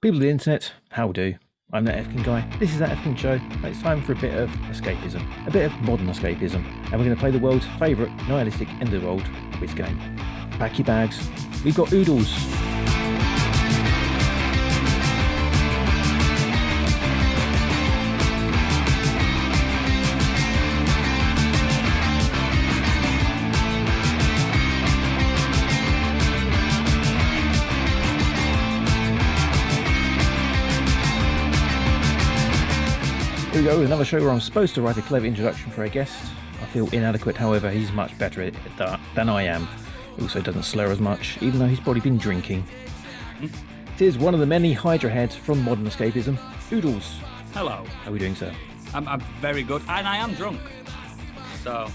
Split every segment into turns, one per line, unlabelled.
People of the internet, how do? I'm that Efkin guy. This is that Efkin show. and It's time for a bit of escapism, a bit of modern escapism, and we're going to play the world's favourite nihilistic end of the world quiz game. Pack your bags. We've got oodles. Here we go with another show where I'm supposed to write a clever introduction for a guest. I feel inadequate, however, he's much better at that than I am. He also doesn't slur as much, even though he's probably been drinking. It is one of the many Hydra heads from modern escapism, Oodles.
Hello.
How are we doing, sir?
I'm, I'm very good, and I am drunk. So,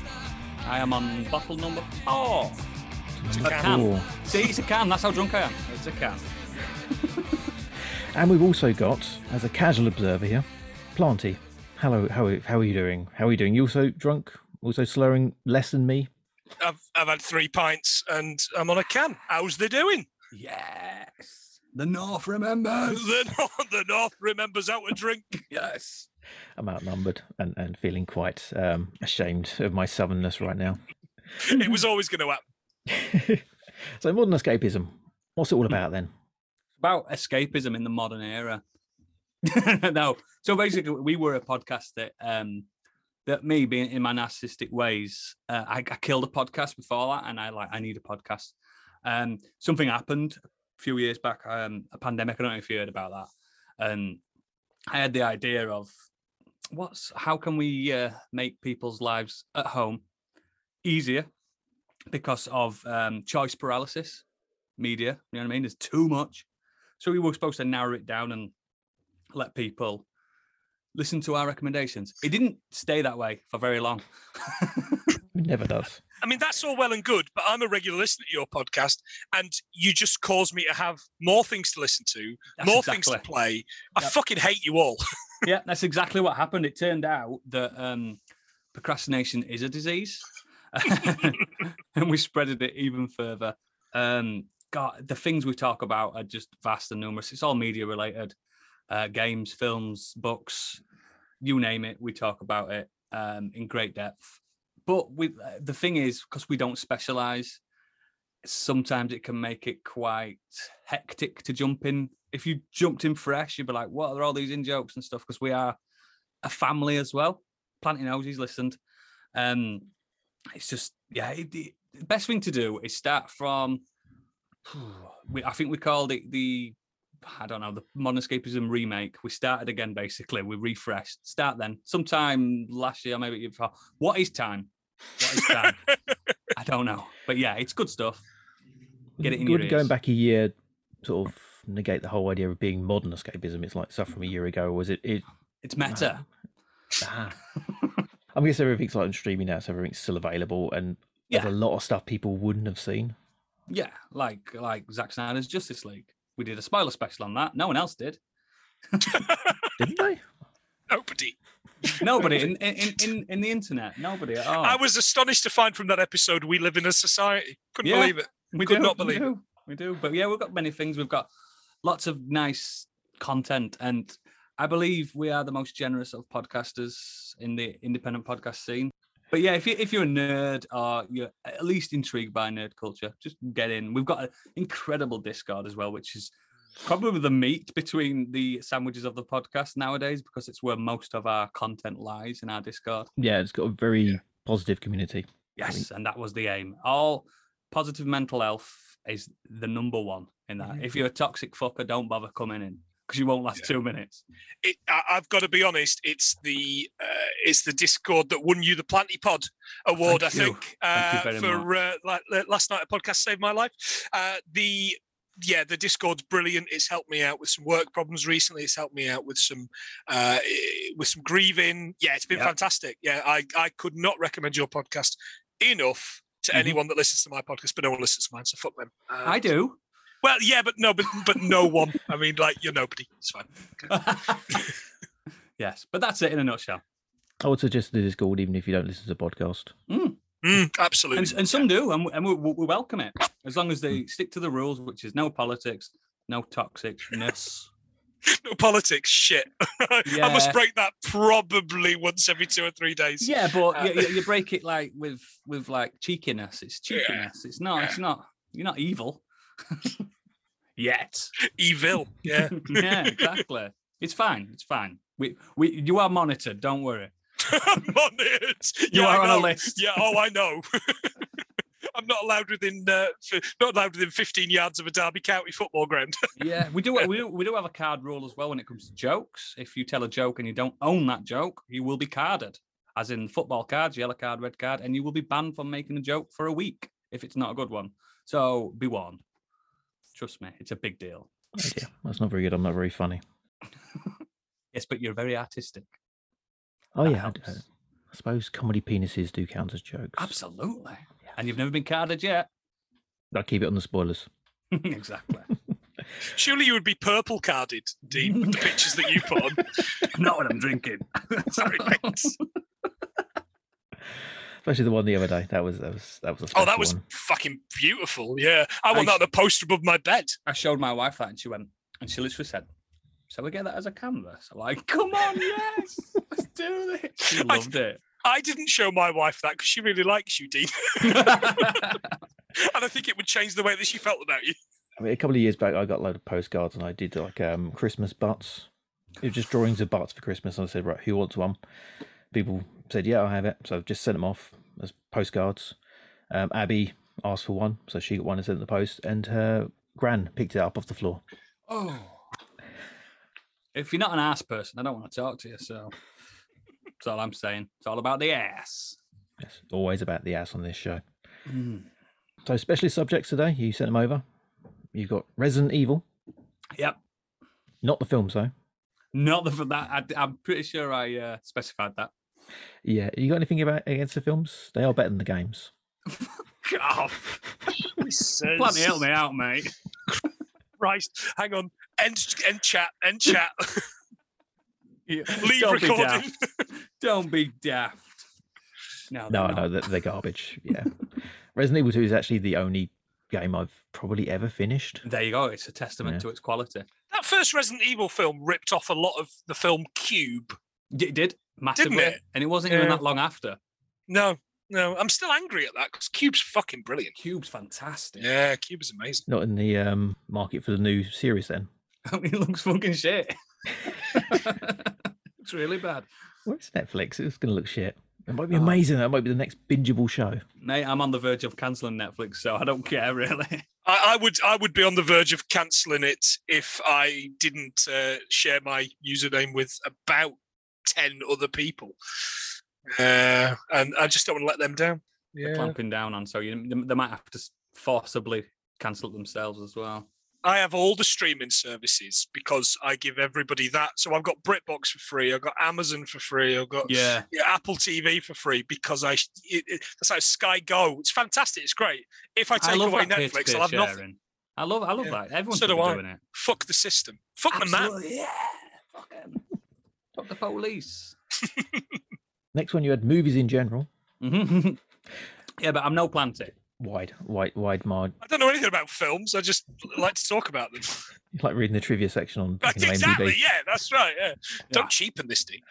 I am on bottle number four. It's a can.
Four.
See, it's a can. That's how drunk I am. It's a can.
And we've also got, as a casual observer here, Planty. Hello, how, are- how are you doing? How are you doing? You also drunk? Also slurring less than me?
I've, I've had three pints and I'm on a can. How's they doing?
Yes. The North remembers.
The North, the North remembers how to drink.
Yes.
I'm outnumbered and, and feeling quite um, ashamed of my southernness right now.
It was always going to happen.
so modern escapism what's it all about then
About escapism in the modern era. no. So basically, we were a podcast that um, that me being in my narcissistic ways, uh, I, I killed a podcast before that, and I like I need a podcast. Um, something happened a few years back, um, a pandemic. I don't know if you heard about that. Um, I had the idea of what's how can we uh, make people's lives at home easier because of um, choice paralysis, media. You know what I mean? There's too much, so we were supposed to narrow it down and let people listen to our recommendations. It didn't stay that way for very long.
it never does
I mean, that's all well and good, but I'm a regular listener to your podcast and you just cause me to have more things to listen to,
That's
more
exactly.
things to play. I
Yep.
fucking hate you all.
yeah, that's exactly what happened. It turned out that um, procrastination is a disease, and we spreaded it even further. Um, God, the things we talk about are just vast and numerous. It's all media related, uh, games, films, books, you name it. We talk about it um, in great depth. But we, uh, the thing is, because we don't specialize, sometimes it can make it quite hectic to jump in. If you jumped in fresh, you'd be like, what are all these in jokes and stuff? Because we are a family as well. Planting knows he's listened. Um, it's just, yeah, it, it- the best thing to do is start from, we, I think we called it the, I don't know, the Modern Escapism remake. We started again, basically. We refreshed. Start then. Sometime last year, maybe. the year before. What is time? What is time? I don't know. But yeah, it's good stuff. Get it in your
Would going
ears.
back a year sort of negate the whole idea of being modern escapism it's like stuff from a year ago or is it, it
It's meta.
ah. i guess everything's like on streaming now so everything's still available and
Yeah.
there's a lot of stuff people wouldn't have seen
Yeah, like like Zack Snyder's Justice League. We did a spoiler special on that. No one else did.
didn't they
Nobody.
Nobody in in, in- in, in the internet. Nobody at all.
I was astonished to find from that episode we live in a society. Couldn't
Yeah.
believe it.
we
could
do,
not
we
believe it.
do, We do. But yeah, we've got many things. We've got lots of nice content, and I believe we are the most generous of podcasters in the independent podcast scene. But yeah, if you if you're a nerd or you're at least intrigued by nerd culture, just get in. We've got an incredible Discord as well, which is probably the meat between the sandwiches of the podcast nowadays because it's where most of our content lies in our Discord.
yeah it's got a very positive community
Yes, and that was the aim. All positive mental health is the number one in that. If you're a toxic fucker, don't bother coming in because you won't last two minutes.
it I, I've got to be honest. It's the uh, it's the Discord that won you the Planty Pod award,
Thank
I
you.
think,
Thank you
uh,
very
for uh, la- la- last night. A podcast saved my life. Uh, the yeah, the Discord's brilliant. It's helped me out with some work problems recently. It's helped me out with some uh, eh, with some grieving. Yeah, it's been
Yep.
fantastic. Yeah, I I could not recommend your podcast enough. To
Mhm.
anyone that listens to my podcast, but no one listens to mine, so fuck them. Uh,
I do.
Well, yeah, but no, but but no one. I mean, like you're nobody. It's fine.
yes, but that's it in a nutshell.
i would suggest the discord even if you don't listen to the podcast
Mm, absolutely.
And, and some do, and, we- and we, we welcome it as long as they stick to the rules, which is no politics, no toxicness.
no politics, shit. I
Yeah.
must break that probably once every two or three days.
Yeah, but
Uh,
you, you- you break it like with with like cheekiness. It's
Yeah.
cheekiness. It's not. It's not. You're not evil. Yet.
Evil. Yeah.
yeah, exactly. It's fine. It's fine. We we you are monitored. Don't worry.
I'm on it.
You
yeah,
are
I
on a
know.
list.
Yeah. Oh, I know. I'm not allowed within uh, f- not allowed within 15 yards of a Derby County football ground.
Yeah, we do. We do. We do have a card rule as well when it comes to jokes. If you tell a joke and you don't own that joke, you will be carded, as in football cards, yellow card, red card, and you will be banned from making a joke for a week if it's not a good one. So be warned. Trust me, it's a big deal.
Oh dear, That's not very good. I'm not very funny.
Yes, but you're very artistic.
Oh
That
yeah, I, d-
helps.
I suppose comedy penises do count as jokes.
Absolutely. And you've never been carded yet.
I'll keep it on the spoilers.
exactly.
Surely you would be purple carded, Dean, with the pictures that you put on.
not what I'm drinking.
Sorry, thanks.
Especially the one the other day. That was that was that was a special
Oh, that was
one.
fucking beautiful. Yeah. I want
I-
that on a poster above my bed.
I showed my wife that, and she went, and she literally said, "So we get that as a canvas." I'm like, "Come on, yes, let's do this." She
I-
loved it.
I didn't show my wife that because she really likes you, Dean. and I think it would change the way that she felt about you.
I mean, a couple of years back, I got a load of postcards and I did like um, Christmas butts. It was just drawings of butts for Christmas. And I said, right, who wants one? People said, yeah, I'll have it. So I've just sent them off as postcards. Um, Abby asked for one. So she got one and sent it in the post. And her gran picked it up off the floor.
oh, if you're not an ass person, I don't want to talk to you. So that's all I'm saying. It's all about the ass.
It's always about the ass on this show.
Mm.
So, specialist subjects today, you sent them over. You've got Resident Evil,
Yep.
not the films though.
Not the, that. I, I'm pretty sure I uh, specified that.
Yeah, you got anything about against the films? They are better than the games.
God, bloody help me out, mate.
Right. Hang on. End, end chat. End chat.
Yeah,
Leave
don't Be
recording.
daft. Don't be daft. No,
No,
they're
no,
not.
they're, they're garbage. Yeah, Resident Evil Two is actually the only game I've probably ever finished.
There you go. It's a testament
Yeah.
to its quality.
That first Resident Evil film ripped off a lot of the film Cube.
D- It did massively,
it?
and it wasn't even
Yeah.
that long after.
No, no. I'm still angry at that because Cube's fucking brilliant.
Cube's fantastic.
Yeah, Cube is amazing.
Not in the um, market for the new series. Then
I mean, it looks fucking shit. it's really bad,
where's Netflix? It's going to look shit. It might be amazing. That might be the next bingeable show.
mate. I'm on the verge of canceling Netflix, so I don't care really.
I, I would I would be on the verge of cancelling it if I didn't uh, share my username with about ten other people, uh, and I just don't want to let them down.
They're clamping down on, so you, they- they might have to s- forcibly cancel it themselves as well.
I have all the streaming services because I give everybody that. So I've got BritBox for free. I've got Amazon for free. I've got
Yeah,
yeah, Apple TV for free because I sh- it, it, that's how Sky Go. It's fantastic. It's great. If I
I
take
love
away
that
Netflix,
peer-to-peer
I'll have nothing.
sharing. I love, I love
Yeah.
that. Everyone
So
should
do
be
I.
doing it.
Fuck the system. Fuck the man.
Absolutely, yeah. Fuck 'em. Fuck the police.
Next one, you had movies in general.
Mhm. yeah, but I'm no planty.
Wide, wide, wide margin.
I don't know anything about films. I just like to talk about them.
It's like reading the trivia section on
That's
fucking
exactly.
IMDb.
Yeah, that's right. Yeah.
Yeah.
Don't cheapen this thing.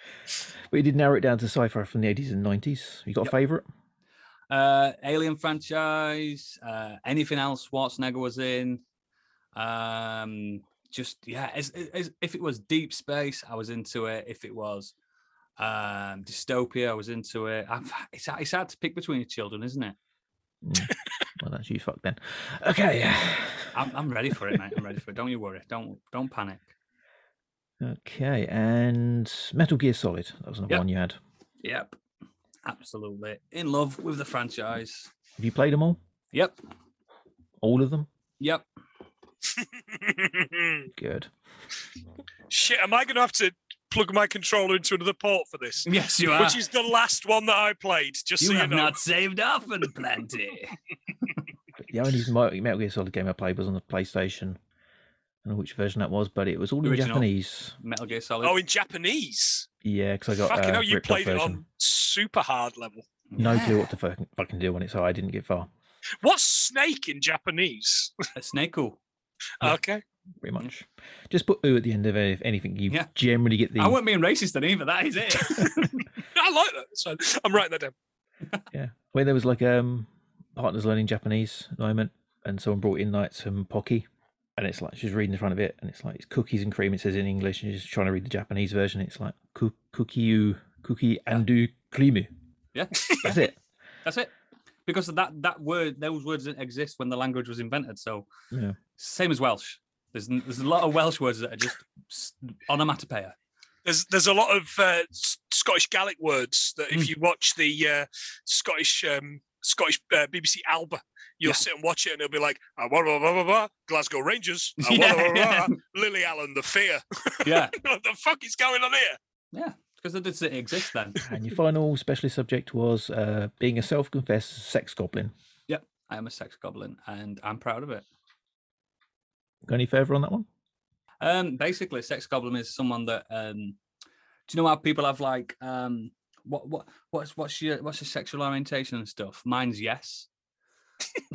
But you did narrow it down to sci-fi from the 80s and 90s. You got a
Yep.
favourite?
Uh, Alien franchise, uh, anything else Schwarzenegger was in. Um, just yeah, as, as, if it was Deep Space, I was into it. If it was um, dystopia, I was into it. I've, it's hard- it's hard to pick between your children, isn't it?
Mm. well, that's you fucked then. Okay.
I'm, I'm ready for it, mate. I'm ready for it. Don't you worry. Don't don't panic.
Okay, and Metal Gear Solid. That was another
Yep.
one you had.
Yep, absolutely in love with the franchise.
Have you played them all?
Yep,
All of them?
yep.
Good.
Shit, am I going to have to plug my controller into another port for this?
Yes, you are.
Which is the last one that I played, just
you
so you
have
know.
not saved up and plenty.
The only Mo- Metal Gear Solid game I played was on the PlayStation. I don't know which version that was, but it was all in
Original.
Japanese.
Metal Gear Solid.
Oh, in Japanese.
Yeah, because I got
Fucking
uh,
hell, you
ripped off
played it
version.
on super hard level.
No clue
Yeah.
what to fucking, fucking do on it, so I didn't get far.
What's snake in Japanese?
That's Snake Cool.
Yeah.
okay.
pretty much. Just put ooh at the end of it, if anything. You
Yeah.
generally get the
I weren't being racist then either. That is it.
I like that. That's fine. I'm writing that down.
yeah. Where there was like um partners learning Japanese at the moment, and someone brought in like some pocky, and it's like she's reading in front of it, and it's like it's cookies and cream. It says in English, and she's trying to read the Japanese version. It's like "Coo- cookie you cookie and do creamy.
Yeah.
That's it.
That's it. Because that that word, those words didn't exist when the language was invented. So
Yeah.
same as Welsh. There's n- there's a lot of Welsh words that are just s- onomatopoeia.
There's there's a lot of uh, S- Scottish Gaelic words that if
Hmm.
Mm.
you watch the uh, Scottish um, Scottish uh, BBC Alba, you'll
Yeah.
sit and watch it, and it'll be like ah, wah, wah, wah, wah, wah, Glasgow Rangers, ah, wah,
Yeah,
wah, wah,
yeah.
wah, Lily Allen, the fear.
Yeah,
what the fuck is going on here?
yeah. Because they didn't exist then.
And your final specialist subject was uh, being a self-confessed sex goblin.
I am a sex goblin, and I'm proud of it.
Go any further on that one?
Um, basically, a sex goblin is someone that um, do you know how people have like um, what what what's what's your what's your sexual orientation and stuff? Mine's yes,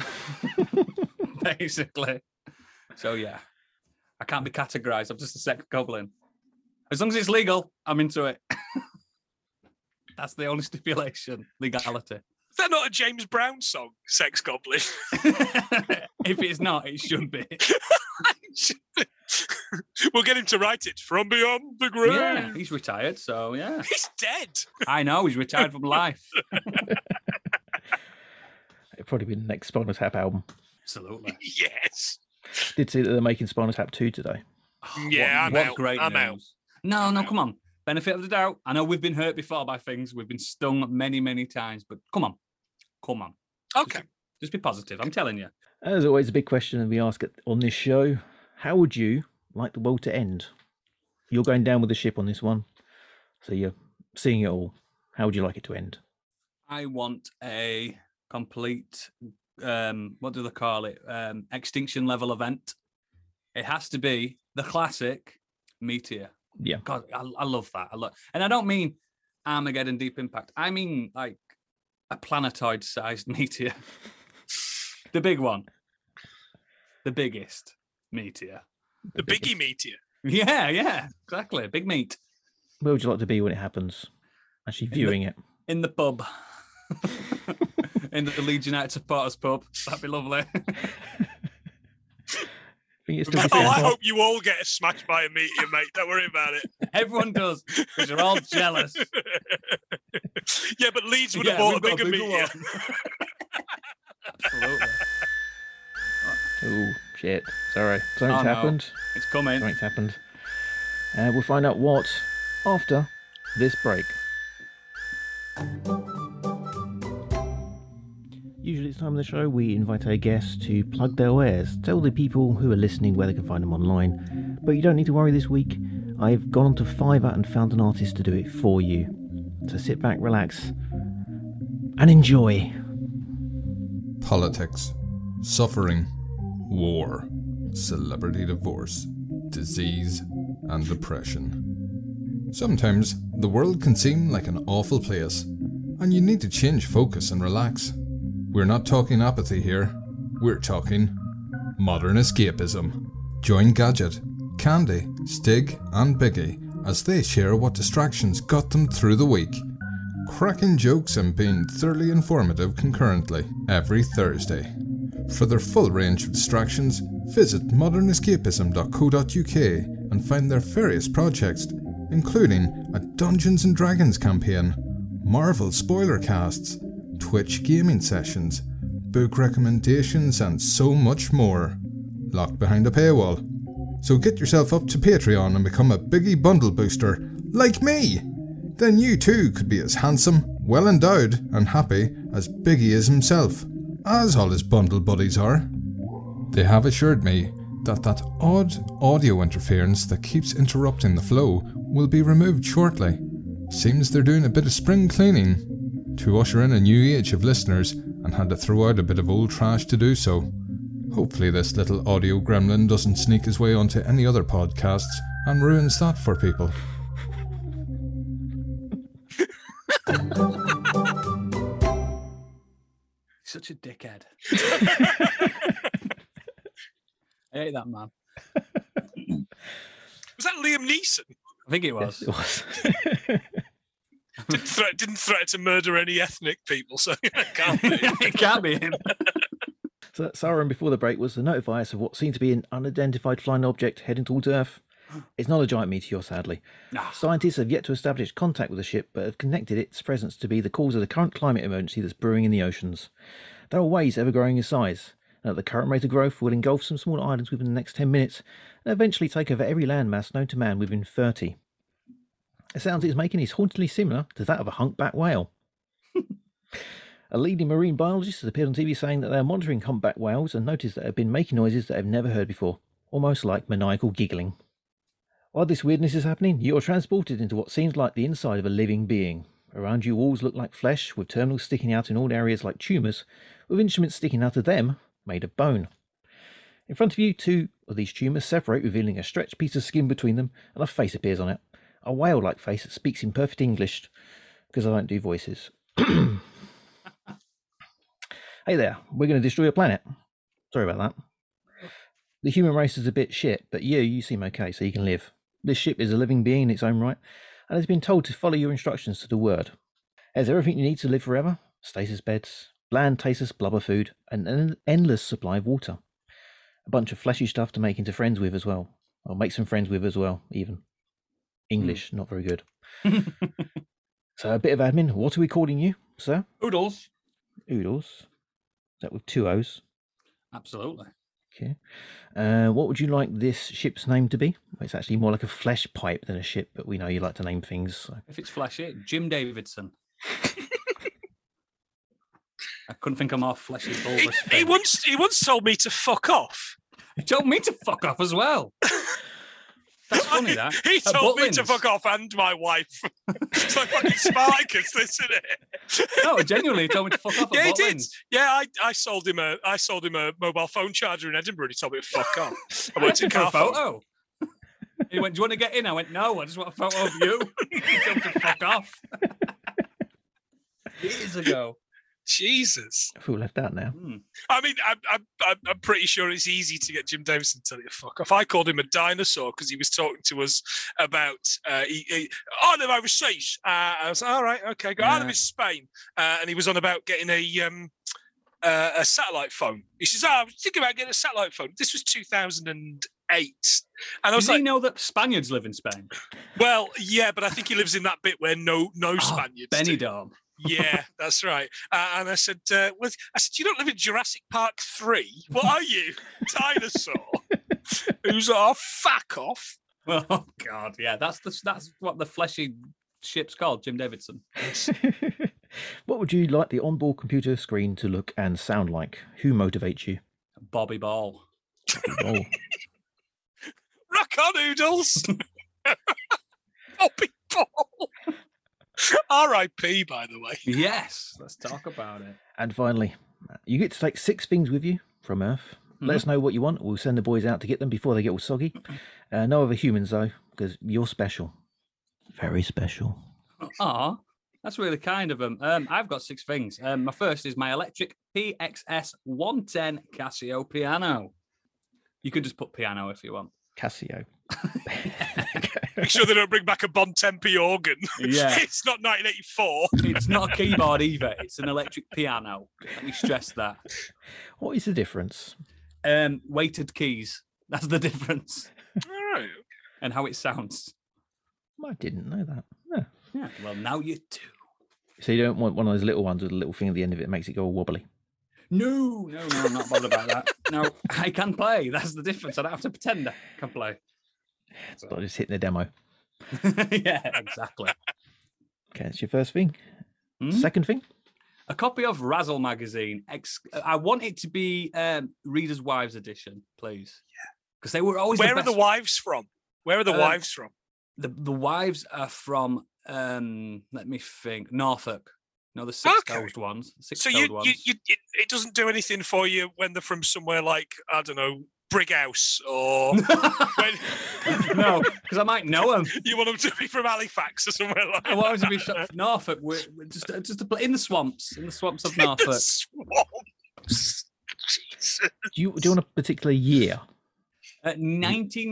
basically. So yeah, I can't be categorized. I'm just a sex goblin. As long as it's legal, I'm into it. That's the only stipulation: legality.
Is that not a James Brown song, Sex Goblin?
if it's not, it should be.
we'll get him to write it from beyond the grave.
Yeah, he's retired, so yeah.
He's dead.
I know he's retired from life.
It'd probably be the next Spinal Tap album.
Absolutely.
Yes.
Did see that they're making Spinal Tap 2 today.
Oh,
Yeah, I'm out. I'm out.
news. No, no,
out.
come on. Benefit of the doubt. I know we've been hurt before by things. We've been stung many, many times, but come on. Come on.
Okay.
Just be positive. I'm telling you.
As always, a big question that we ask at- on this show How would you like the world to end? You're going down with the ship on this one, so you're seeing it all. How would you like it to end?
I want a complete um what do they call it? Um extinction level event. It has to be the classic meteor.
Yeah.
God, I, I love that. I love, and I don't mean Armageddon Deep Impact. I mean like a planetoid-sized meteor, the big one, the biggest meteor.
The
biggest.
Biggie meteor.
Yeah, yeah, exactly. Big meat
Where would you like to be when it happens? Actually,
the-
viewing it.
in the pub, in the Leeds United supporters pub. That'd be lovely.
I think it's still the
Oh,
same
I
part.
hope you all get smashed by a meteor, mate. Don't worry about it.
Everyone does because you're all jealous.
Yeah, but Leeds would
Yeah,
have bought a
we've got
bigger meteor.
one. Absolutely,
Oh, shit. Sorry.
Oh,
Something's
no.
happened.
it's coming.
Something's happened. Uh, we'll find out what after this break. Usually, it's time on the show we invite our guests to plug their wares, tell the people who are listening where they can find them online. But you don't need to worry this week. I've gone onto Fiverr and found an artist to do it for you. So sit back, relax, and enjoy.
politics, suffering, war, celebrity divorce, disease, and depression. Sometimes the world can seem like an awful place, and you need to change focus and relax. We're not talking apathy here, we're talking modern escapism. Join Gadget, Candy, Stig, and Biggie as they share what distractions got them through the week cracking jokes and being thoroughly informative concurrently every Thursday. For their full range of distractions, visit modernescapism.co.uk and find their various projects, including a Dungeons and Dragons campaign, Marvel spoiler casts, Twitch gaming sessions, book recommendations, and so much more. Locked behind a paywall. So get yourself up to Patreon and become a Biggie Bundle booster like me! then you too could be as handsome, well endowed, and happy as Biggie is himself, as all his bundle buddies are. They have assured me that that odd audio interference that keeps interrupting the flow will be removed shortly. Seems they're doing a bit of spring cleaning to usher in a new age of listeners and had to throw out a bit of old trash to do so. Hopefully, this little audio gremlin doesn't sneak his way onto any other podcasts and ruins that for people.
Such a dickhead. I hate that man.
Was that Liam Neeson?
I think it
Yes,
was.
it was.
Didn't threat, didn't threaten to murder any ethnic people, so it can't be.
it can't be him.
so that siren before the break was to notify us of what seemed to be an unidentified flying object heading towards Earth. It's not a giant meteor, sadly.
Ah.
Scientists have yet to establish contact with the ship, but have connected its presence to be the cause of the current climate emergency that's brewing in the oceans. There are waves ever growing in size, and at the current rate of growth, will engulf some small islands within the next 10 minutes and eventually take over every landmass known to man within 30. The sound it's making is hauntingly similar to that of a humpback whale. a leading marine biologist has appeared on TV saying that they are monitoring humpback whales and noticed that they have been making noises that they've never heard before, almost like maniacal giggling. While this weirdness is happening, you are transported into what seems like the inside of a living being. Around you, walls look like flesh, with terminals sticking out in all areas like tumours, with instruments sticking out of them made of bone. In front of you, two of these tumours separate, revealing a stretched piece of skin between them, and a face appears on it. A whale like face that speaks in perfect English, because I don't do voices. hey there, we're going to destroy your planet. Sorry about that. The human race is a bit shit, but you, you seem okay, so you can live. This ship is a living being in its own right, and has been told to follow your instructions to the word. It has everything you need to live forever stasis beds, bland, tasteless blubber food, and an endless supply of water. A bunch of fleshy stuff to make into friends with as well. Or make some friends with as well, even. English, not very good. so, a bit of admin. What are we calling you, sir?
Oodles.
Oodles. That with two O's.
Absolutely.
Okay. Uh, what would you like this ship's name to be? Well, It's actually more like a flesh pipe than a ship, but we know you like to name things. So.
If it's flashy, Jim Davidson. I couldn't think of more fleshy
He,
bulbous.
he
thing.
once he once told me to fuck off.
He told me to fuck off as well. That's funny, that.
He
At
told me to
Butlins.
fuck off and my wife. it's like fucking Spartacus, this isn't it?
No, genuinely, he told me to fuck off at
Yeah, he did.
Butlins.
Yeah, I, I sold him a I sold him a mobile phone charger in Edinburgh. and He told me to fuck off. I
I
went
went
to
in for a
Carphone.
photo. He went, Do you want to get in? I went, No, I just want a photo of you. He told me to fuck off. Years ago.
Jesus,
I feel left out now.
Hmm.
I mean, I'm, I'm I'm- I'm pretty sure it's easy to get Jim Davison to tell you to fuck off. I called him a dinosaur because he was talking to us about uh, he, he, out of overseas. Uh, I was all right, okay, go out of
Yeah.
his Spain, uh, and he was on about getting a um uh, a satellite phone. He says, oh, "I was thinking about getting a satellite phone." This was 2008, and I was
Does
like.
he know that Spaniards live in Spain?
Well, yeah, but I think he lives in that bit where no
Ah,
no Spaniards. do.
Benidorm.
Yeah, that's right. Uh, and I said, uh, with, I said, you don't live in Jurassic Park three. What are you, dinosaur? Who's our "Oh, fuck off?
Oh God, yeah, that's the that's what the fleshy ship's called, Jim Davidson.
what would you like the onboard computer screen to look and sound like? Who motivates you?
Bobby Ball.
Oh,
Rock on, oodles. Bobby Ball. R.I.P. By the way.
Yes, let's talk about it.
and finally, you get to take six things with you from Earth. Let us know what you want. We'll send the boys out to get them before they get all soggy. Uh, no other humans though, because you're special, very special.
Ah, that's really kind of him. Um, I've got six things. Um, my first is my electric PXS 110 Casio piano. You could just put piano if you want.
Casio.
Make sure they don't bring back a Bon Tempe organ.
Yeah.
it's not 1984.
It's not a keyboard either. It's an electric piano. Let me stress that.
What is the difference?
Um, weighted keys. That's the difference,
All right.
and how it sounds.
I didn't know that. Yeah.
Yeah. Well, now you do.
So you don't want one of those little ones with a little thing at the end of it that makes it go all wobbly.
No, no, no, I'm not bothered about that. No, I can play. That's the difference. I don't have to pretend I can play.
It's not just hitting the demo.
yeah, exactly.
Okay, that's your first thing.
Hmm?
Second thing,
A copy of Razzle magazine. Ex- I want it to be um, Reader's Wives edition, please. Yeah. Because they were always
Where
the
are the
best-
wives from? Where are the
Um,
wives from?
the, the wives are from, um, let me think, Norfolk. No, the six toed ones. Six
So
toed
you,
ones.
you, you it, it doesn't do anything for you when they're from somewhere like I don't know Brighouse or when
no, because I might know them.
you want them to be from Halifax or somewhere like
I want 'em to be shot from Norfolk. We're, we're just, uh, just to play in the swamps, in the swamps of
that. The
Norfolk.
swamps. Jesus.
do you, do you want a particular year?
Uh,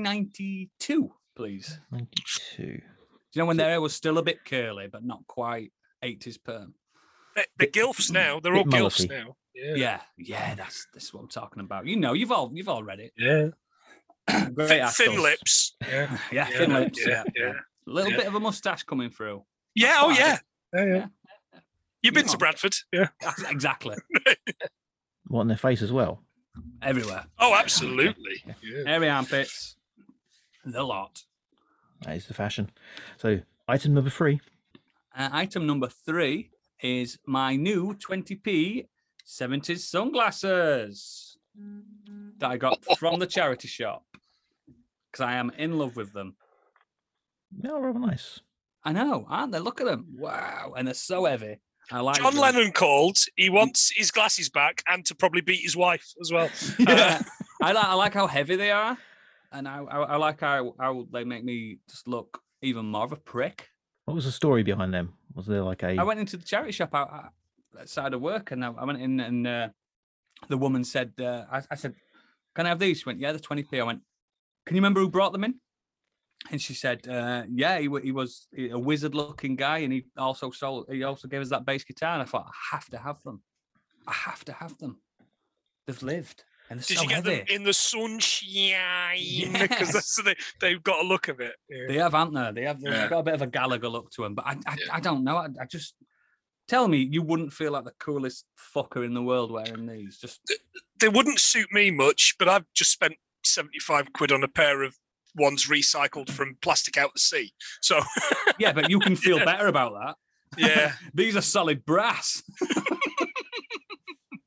1992, please.
92.
Do you know when their hair was still a bit curly, but not quite 80s perm?
They- They're gilfs now. They're all
bit
gilfs
mullety.
now. Yeah.
Yeah, yeah, that's that's what I'm talking about. You know, you've all you've all read it.
Yeah.
Great
Thin,
actors.
thin lips. Yeah.
yeah,
Yeah,
thin lips.
yeah,
Yeah,
yeah,
A little
yeah.
bit of a mustache coming through.
Yeah.
That's
Oh,
what I
yeah. Yeah, yeah.
Yeah. Oh.
You've been to
Yeah.
Bradford. Yeah.
That's exactly.
What on their face as well?
Everywhere.
Oh, absolutely. Yeah.
Hairy armpits. The lot.
That is the fashion. So, item number three.
Uh, item number three is my new 20p 70s sunglasses that I got from the charity shop because I am in love with them.
Yeah, rather nice.
I know, aren't they? Look at them. Wow. And they're so heavy. I like
John
them.
Lennon called. He wants his glasses back and to probably beat his wife as well.
Yeah. I, like, I like how heavy they are. And I, I, I like how, how they make me just look even more of a prick.
What was the story behind them? Was there like a
I went into the charity shop out out- outside of work, and I, I went in, and uh, the woman said, uh, I, "I said, can I have these?" She went, "Yeah, they're twenty p." I went, "Can you remember who brought them in?" And she said, uh, "Yeah, he, wa- he was a wizard-looking guy, and he also sold. He also gave us that bass guitar." And I thought, "I have to have them. I have to have them. They've lived, and they're
Did
so
you get
heavy.
them in the sunshine? Because that's the, they've got a look of it. Yeah.
They have, haven't they? They have they've
Yeah.
got a bit of a Gallagher look to them, but I, I,
Yeah.
I don't know. I, I just tell me you wouldn't feel like the coolest fucker in the world wearing these. Just
They wouldn't suit me much, but I've just spent 75 quid on a pair of ones recycled from plastic out the sea. So,
yeah, but you can feel
Yeah.
better about that.
yeah.
These are solid brass.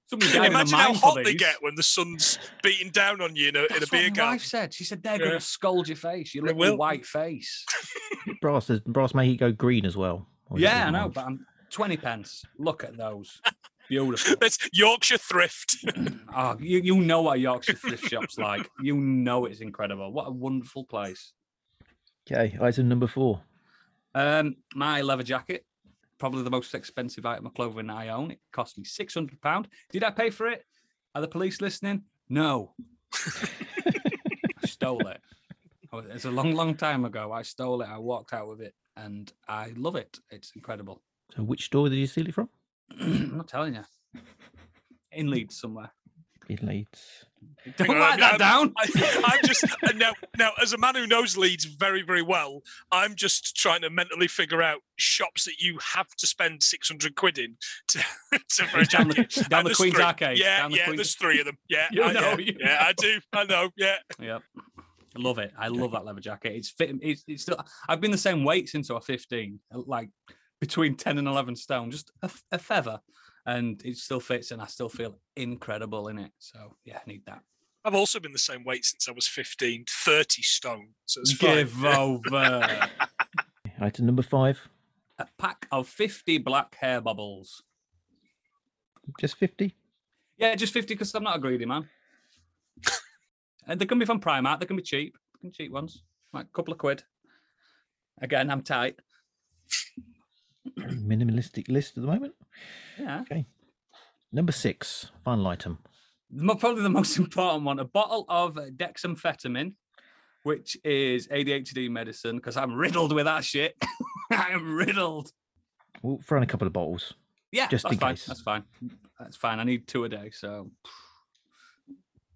Somebody died in a
Imagine how
mine for
hot they
these.
get when the sun's beating down on you in a, in a
That's what
beer
my
garden.
wife said. She said they're going
Yeah.
to scald your face, your
They
little
will.
white face.
brass? Does brass make it go green as well? Or is it
yeah, I
just
know.
orange?
But I'm twenty pence. Look at those. Beautiful.
That's Yorkshire thrift.
Oh, you, you know what a Yorkshire thrift shop's like. You know it's incredible. What a wonderful place.
Okay, item number four.
Um, my leather jacket, probably the most expensive item of clothing I own. It cost me six hundred pound. Did I pay for it? Are the police listening? No. I stole it. I was- It's a long, long time ago. I stole it. I walked out with it, and I love it. It's incredible.
So, which store did you steal it from?
I'm not telling you. In Leeds somewhere.
In Leeds.
Don't
on,
write that
I'm-
down.
I, I'm just uh, now. Now, as a man who knows Leeds very, very well, I'm just trying to mentally figure out shops that you have to spend 600 quid in to, to for a
Down the,
jacket.
down
And
the
there's
Queen's
three.
Arcade.
Yeah,
down the
yeah.
Queen's-
There's three of them. Yeah,
You
I,
know,
yeah,
you
yeah, I do. I know. Yeah,
Yep. I love it. I love that leather jacket. It's fit. It's, it's still, I've been the same weight since I was 15, like between 10 and 11 stone, just a, f- a feather. And it still fits, and I still feel incredible in it. So, yeah, I need that.
I've also been the same weight since I was 15, 30 stone. So it's fine.
Give over
Item number five.
a pack of 50 black hair bubbles.
Just 50?
Yeah, just 50 because I'm not a greedy man. and they can be from Primark, they can be cheap, they can be cheap ones, like a couple of quid. Again, I'm tight.
Very Minimalistic list at the moment.
Yeah.
Number six. Final item.
the mo- probably the most important one a bottle of uh, dexamphetamine which is adhd medicine because i'm riddled with that shit i'm riddled
We'll throw in a couple of bottles.
yeah
Just
that's
in
fine
case.
that's fine that's fine i need two a day so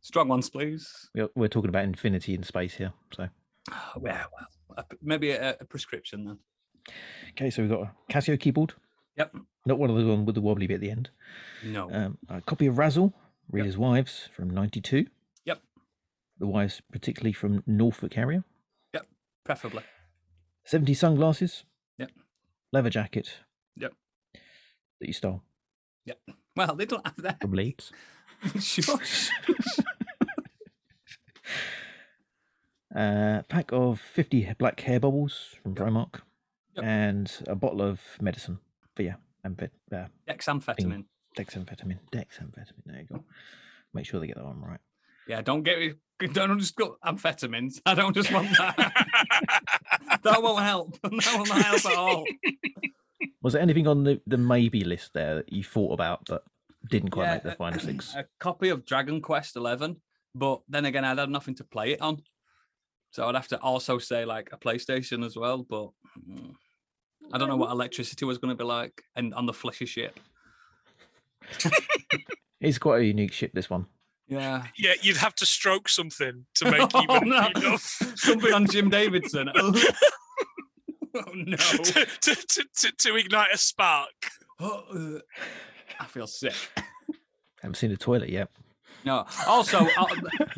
strong ones please
We're, we're talking about infinity in space here. So,
oh, yeah well a p- maybe a, a prescription then
okay, so we've got a Casio keyboard.
Yep.
Not one of the one with the wobbly bit at the end.
no
Um, a copy of Razzle, Reader's Wives from 92.
Yep.
The Wives, particularly from Norfolk area.
preferably
70 sunglasses.
Yep.
Leather jacket.
Yep.
That you stole
well they don't have that
from Leeds.
Shush.
A Uh, pack of 50 black hair bubbles from Primark.
Yep.
And a bottle of medicine for you. Amphet- uh,
dexamphetamine
dexamphetamine. Dexamphetamine. There you go. Make sure they get that one right.
yeah don't get me don't just go amphetamines i don't just want that that won't help that will not help at all
Was there anything on the, the maybe list there that you thought about but didn't quite
Yeah,
make the
uh,
final six?
A copy of Dragon Quest Eleven, But then again, I'd have nothing to play it on. So I'd have to also say like a PlayStation as well. But mm, I don't know what electricity was going to be like and on the fleshy ship.
It's quite a unique ship, this one.
Yeah.
Yeah, you'd have to stroke something to make
Oh,
even
no.
enough.
Something on Jim Davidson. Oh, Oh, no.
to, to, to, to, to ignite a spark.
Oh, uh, I feel sick.
Haven't seen the toilet yet.
No. Also, al-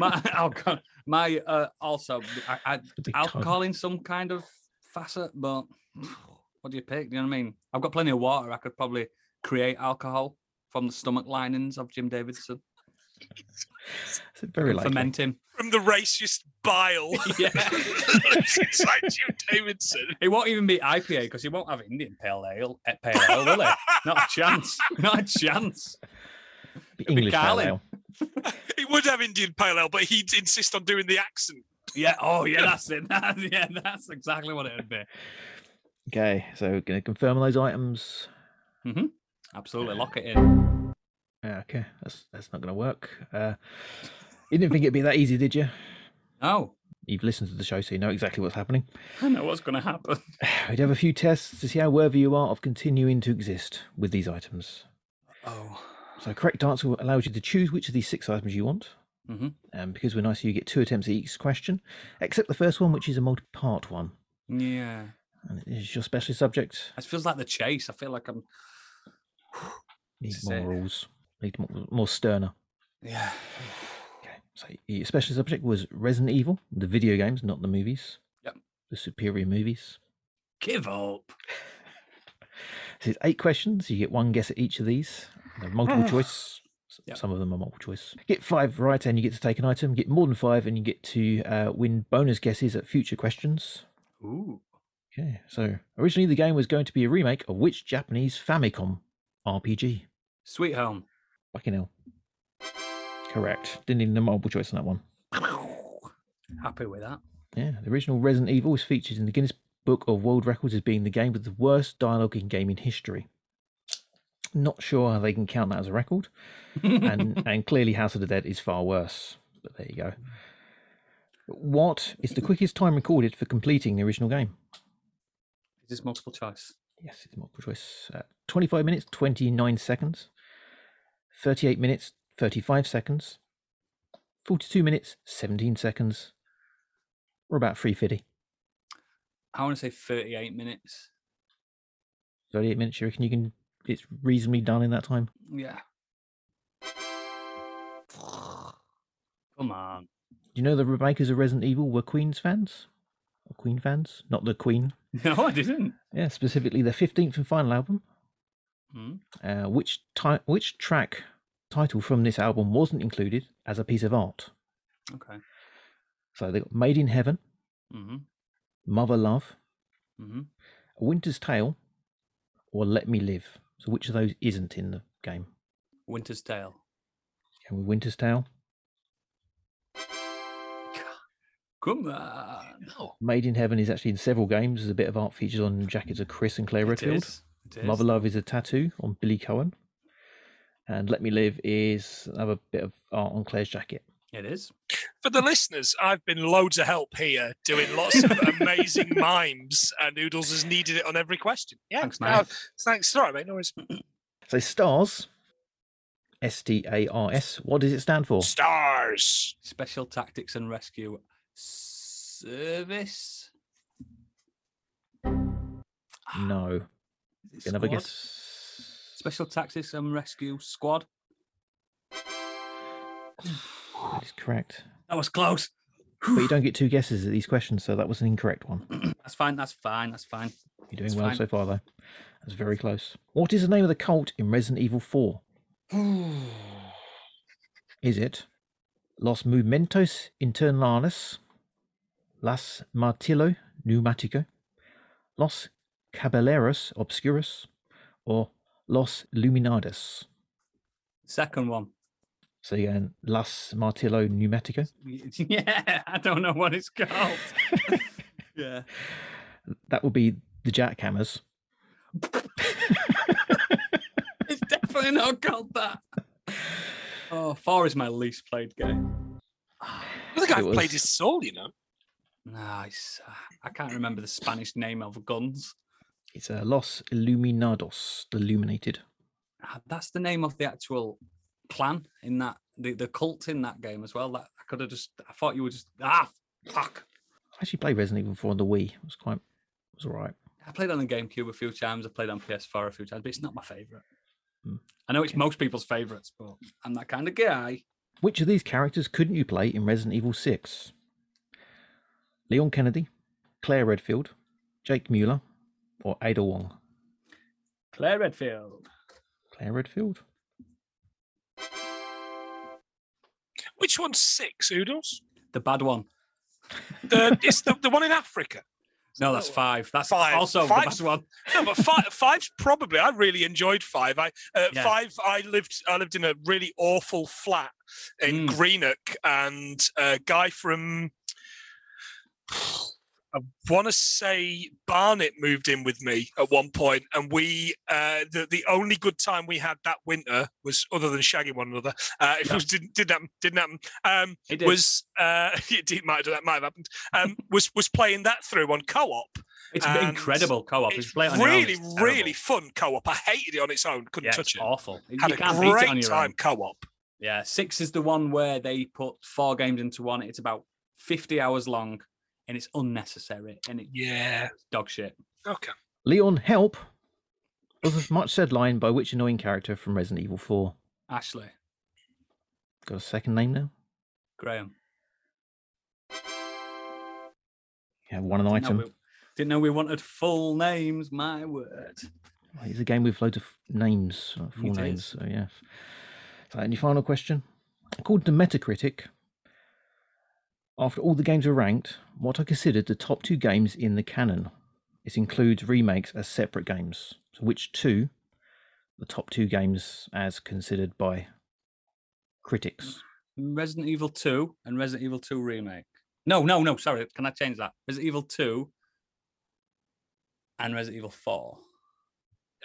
my alcohol, my uh, also I, I,
Could be
alcohol in some kind of facet, but what do you pick? Do you know what I mean? I've got plenty of water. I could probably create alcohol from the stomach linings of Jim Davidson.
cold. It's very likely.
Ferment him.
From the racist bile.
Yeah.
it's like Jim Davidson.
It won't even be IPA because he won't have Indian pale ale, eh, pale ale, will he? Not a chance. Not a chance.
Be English pale
Carlin.
ale.
He would have Indian pale ale, but he'd insist on doing the accent.
Yeah. Oh, yeah. That's it. That- yeah, that's exactly what it would be.
Okay, so we're going to confirm those items.
Absolutely. Lock it in.
Yeah, okay, that's that's not going to work. Uh, you didn't think it'd be that easy, did you?
No,
You've listened to the show, so you know exactly what's happening.
Oh, I know what's going to happen.
We'd have a few tests to see how worthy you are of continuing to exist with these items.
Oh.
So, correct answer allows you to choose which of these six items you want.
Mhm.
And because we're nice, you get two attempts at each question, except the first one, which is a multi-part one,
Yeah.
and it's your specialist subject.
It feels like the chase. I feel like I'm.
Need
This is
more
it.
rules. Need more, more sterner.
Yeah.
Okay, so your special subject was Resident Evil, the video games, not the movies.
Yep.
The superior movies.
Give up.
This is eight questions. You get one guess at each of these. They're multiple choice. S-
Ah. Yep.
Some of them are multiple choice. Get five right, and you get to take an item. Get more than five, and you get to uh, win bonus guesses at future questions.
Ooh.
Okay, so originally the game was going to be a remake of which Japanese Famicom RPG?
Sweet home.
Fucking hell. Correct. Didn't even have multiple choice on that one.
Happy with that.
Yeah, the original Resident Evil was featured in the Guinness Book of World Records as being the game with the worst dialogue in gaming history. Not sure how they can count that as a record, and and clearly House of the Dead is far worse. But there you go. What is the quickest time recorded for completing the original game?
Is this multiple choice?
Yes, it's multiple choice. Uh, 25 minutes, 29 seconds. 38 minutes, 35 seconds. 42 minutes, 17 seconds. Or about 350.
I want to say 38 minutes.
38 minutes, you reckon you can, it's reasonably done in that time?
Yeah. Come on.
Do you know the remakers of Resident Evil were Queen's fans? Or Queen fans? Not the Queen.
No, I didn't.
Yeah, specifically their 15th and final album.
Hmm.
Uh, which, ti- which track title from this album wasn't included as a piece of art?
Okay.
So they got Made in Heaven,
Mm-hmm.
Mother Love,
Mm-hmm.
A Winter's Tale, or Let Me Live. So which of those isn't in the game?
Winter's Tale.
Can we Winter's Tale?
Come on. No.
Made in Heaven is actually in several games. There's a bit of art featured on jackets of Chris and Claire Redfield.
It is.
Mother Love is a tattoo on Billy Cohen. And Let Me Live is another bit of art on Claire's jacket.
It is.
For the listeners, I've been loads of help here, doing lots of amazing mimes, and Oodles has needed it on every question. Yeah,
Thanks,
no,
mate.
thanks. Sorry, mate. No worries.
So stars, S T A R S. What does it stand for?
Stars.
Special Tactics and Rescue Service.
No.
Is it
Another
squad?
guess.
Special Tactics and Rescue Squad.
That is correct.
That was close.
But you don't get two guesses at these questions, so that was an incorrect one.
That's fine. That's fine. That's fine.
You're doing
It's
well
fine.
so far, though. That's very close. What is the name of the cult in Resident Evil 4? is it Los Movimentos Internales, Las Martillo Pneumatico, Los Caballeros Obscurus, or Los Luminados?
Second one.
So again, Las Martillo Pneumatico.
Yeah, I don't know what it's called. yeah.
That would be the jackhammers.
It's definitely not called that. Oh, four is my least played game.
The guy
It
who played
was-
his soul, you know.
Nice. I can't remember the Spanish name of guns.
It's uh, Los Illuminados, Illuminated.
Ah, That's the name of the actual clan in that the, the cult in that game as well. That I could have just. I thought you were just ah fuck.
I actually played Resident Evil 4 on the Wii. It was quite, it was all right.
I played on the GameCube a few times. I played on PS4 a few times, but it's not my favorite.
Hmm.
I know it's most people's favorites, but I'm that kind of guy.
Which of these characters couldn't you play in Resident Evil 6? Leon Kennedy, Claire Redfield, Jake Mueller, or Ada Wong?
Claire Redfield.
Claire Redfield?
Which one's six, Oodles?
The bad one.
The, it's the, the one in Africa.
No, that's
Oh,
five. That's
five.
also the
Five?
bad one.
No, but five, five's probably. I really enjoyed five. I uh,
Yeah.
five. I lived. I lived in a really awful flat in
Mm.
Greenock, and a guy from. I want to say Barnet moved in with me at one point, and we uh, the the only good time we had that winter was other than shagging one another. Uh, it
Yeah.
was, didn't didn't happen. Didn't happen. Um,
It did.
was uh, it might have done- that might have happened. Um, was was playing that through on co-op,
it's
and
incredible co-op. If you
um, it's
play it on your own,
really,
it's
really
terrible.
fun co-op. I hated it on its own. Couldn't
yeah,
touch
it's
it.
awful.
Had
you
a
can't beat it on
great
your
time
own.
co-op.
Yeah, six is the one where they put four games into one. It's about fifty hours long, and it's unnecessary and it's
Yeah.
dog shit.
Okay.
Leon, help! Was a much said line by which annoying character from Resident Evil 4?
Ashley
Got a second name now?
Graham.
Yeah, one an
Didn't know
item.
we- didn't know we wanted full names. My word.
Well, It's a game with loads of names, uh, full
It
names.
is.
So yeah. So any final question? According to Metacritic, after all the games are ranked, what are considered the top two games in the canon? It includes remakes as separate games. So which two, the top two games as considered by critics?
Resident Evil Two and Resident Evil Two remake. No, no, no. Sorry, can I change that? Resident Evil Two and Resident Evil Four.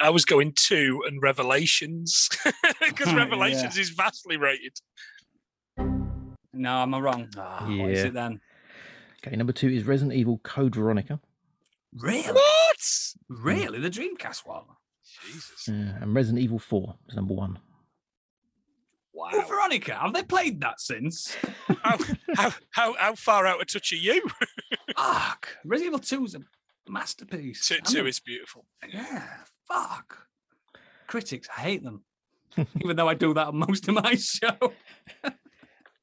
I was going two and Revelations because
Yeah.
Revelations is vastly rated.
No, am I wrong? Ah, What is
Yeah.
it then?
Okay, number two is Resident Evil Code Veronica,
Really? Mm.
What?
Really? The Dreamcast one?
Jesus!
uh, and Resident Evil Four is number one.
Oh,
Wow.
Veronica, have they played that since?
how, how how how far out of touch are you?
Fuck. Resident Evil 2 is a masterpiece.
two,
I'm
two
a-
is beautiful.
Yeah. Fuck. Critics, I hate them. Even though I do that on most of my show.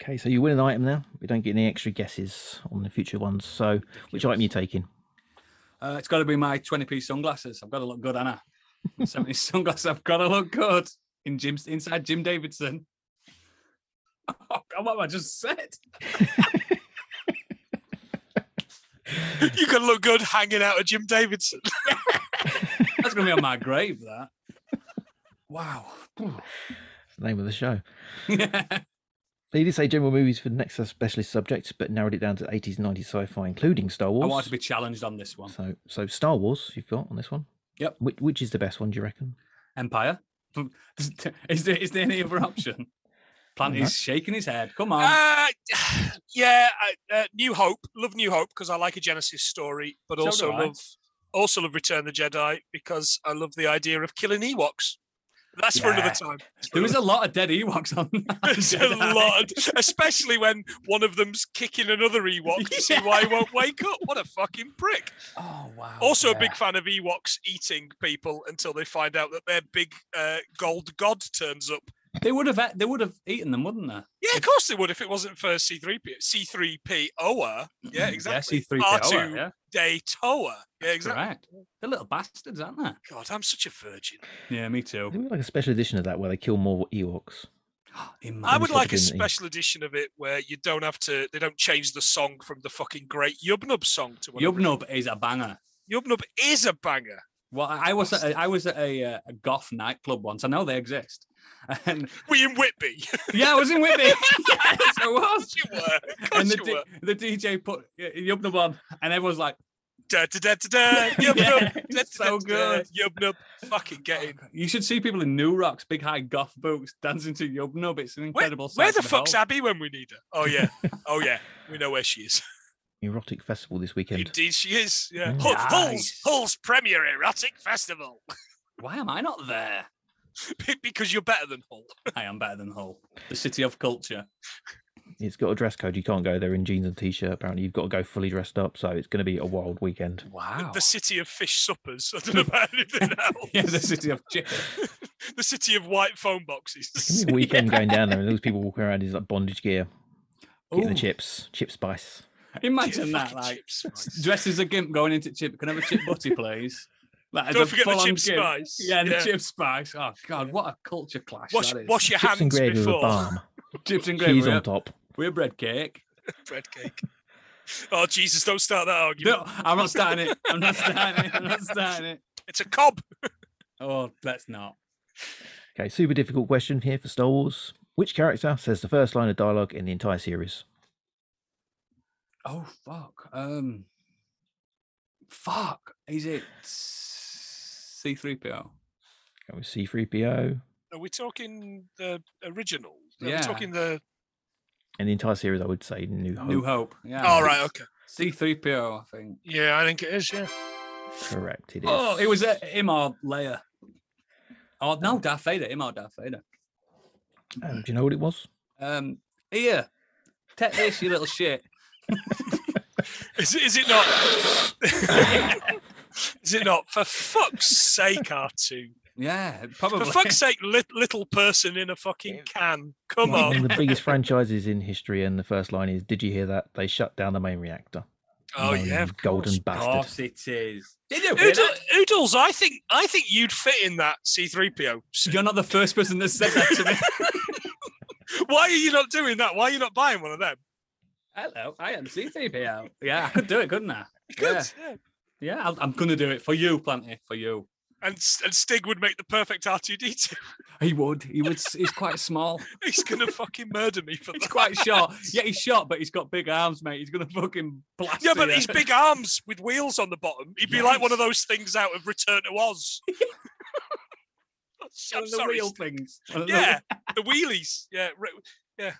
Okay, so you win an item now. We don't get any extra guesses on the future ones. So, which item you taking?
Uh, it's got to be my 20p sunglasses. I've got to look good, Anna. 70 sunglasses. I've got to look good in Jim's inside Jim Davidson. Oh, God, what have I just said?
You can look good hanging out at Jim Davidson.
That's going to be on my grave, that. Wow.
It's the name of the show.
yeah.
They did say general movies for the next specialist subjects, but narrowed it down to 80s, 90s sci-fi, including Star Wars.
I want to be challenged on this one.
So, so Star Wars you've got on this one.
Yep.
Which, which is the best one, do you reckon?
Empire. Is there is there any other option? Plant
No.
is shaking his head. Come on.
Uh, yeah, I, uh, New Hope. Love New Hope because I like a Genesis story, but
So
also
do I.
love also love Return of the Jedi because I love the idea of killing Ewoks. That's for another
Yeah.
time. That's for
there is
another-
a lot of dead Ewoks on. that
There's a
Jedi.
lot, of- especially when one of them's kicking another Ewok to see
Yeah.
why he won't wake up. What a fucking prick!
Oh wow.
Also,
yeah.
a big fan of Ewoks eating people until they find out that their big uh, gold god turns up.
They would have e- they would have eaten them, wouldn't they?
Yeah, of course they would if it wasn't for C3P. C3P Oa. Yeah, exactly.
Mm, Yeah, C3PO.
R2.
Yeah,
Day Toa. Yeah, exactly.
correct. They're little bastards, aren't they?
God, I'm such a virgin.
Yeah, me
I
too.
think we like a special edition of that where they kill more Ewoks.
I
Imagine.
would
Missed
like a
opportunity.
special edition of it where you don't have to. They don't change the song from the fucking great Yubnub song to one.
Yubnub is a banger.
Yubnub is a banger.
Well, I I was at a, I was at a, uh, a goth nightclub once. I know they exist. And
We in Whitby.
yeah, I was in Whitby. yes, I was.
you were. Of course
and the,
you
D- uh,
were.
the DJ put Yubnub on, and everyone's like,
Da da da da da. Yub
Yeah,
nub. Da,
it's
da,
so
da, da, da.
good.
Yub nub. Fucking get in.
You should see people in New Rocks, big high goth boots, dancing to Yub Nub. It's an
Where,
incredible
where
sight
the
to
fuck's
behold.
Abby when we need her? Oh yeah. Oh yeah. We know where she is.
Erotic festival this weekend.
Indeed, she is. Yeah.
Mm.
Hull-
Nice.
Hull's Hull's premier erotic festival.
Why am I not there?
because you're better than Hull.
I am better than Hull, the city of culture.
It's got a dress code. You can't go there in jeans and t-shirt. Apparently, you've got to go fully dressed up. So it's going to be a wild weekend.
The-
Wow.
The city of fish suppers. I don't know about anything else.
yeah, the city of chi-
the city of white phone boxes.
It's going to be a weekend going down there, and those people walking around in like bondage gear, getting
Ooh,
the chips, chip spice.
Imagine that,
Fucking
like
chips, right.
dressed as a gimp going into chip. Can I have a chip butty, please? Like, as
Don't
a
forget the
full-on
chip
gimp.
spice.
Yeah, the
Yeah.
chip spice. Oh god, what a culture clash
Wash,
that is.
wash your
Chips and
hands
gravy with a
before
balm.
Chips and gravy.
Cheese
We're,
on top.
we're bread cake.
bread cake. Oh Jesus! Don't start that argument.
No, I'm not starting it. I'm not starting it. I'm not starting it.
It's a cob.
Oh, let's not.
Okay, super difficult question here for Star Wars. Which character says the first line of dialogue in the entire series?
Oh fuck. Um fuck. Is it C three PO?
Go with C3PO.
Are we talking the original? Are
Yeah.
we talking the?
In the entire series, I would say New Hope.
New Hope. Yeah.
All right. Okay.
C three PO, I think.
Yeah, I think it is. Yeah.
Correct, it is.
Oh, it was uh, him or Leia. Oh no, Darth Vader, him or Darth Vader.
Um, do you know what it was?
Um here. Take this, you little shit.
Is it, is it not? is it not? For fuck's sake, R two.
Yeah,
For
probably.
fuck's sake, lit, little person in a fucking can. Come
One of
on.
the biggest franchises in history, and the first line is, "Did you hear that? They shut down the main reactor."
Oh
Moaning
yeah, of
golden
course.
Of
bastard.
course it is. Did you hear
Oodle,
that?
Oodles, I think I think you'd fit in that C3PO. suit.
You're not the first person that said that to me.
Why are you not doing that? Why are you not buying one of them?
Hello, I am C3PO. Yeah, I could do it, couldn't I?
Good.
Yeah.
yeah.
Yeah, I'll, I'm gonna do it for you, Planty. For you.
And S- and Stig would make the perfect R2D2.
He would. He would. s- He's quite small.
He's gonna fucking murder me for
He's
that.
quite short. Yeah, he's short, but he's got big arms, mate. He's gonna fucking blast.
yeah, but
you.
his big arms with wheels on the bottom. He'd be like one of those things out of Return to Oz.
One
I'm
of the
sorry.
real
Stig.
things. One of the-
Yeah, the wheelies. Yeah, re-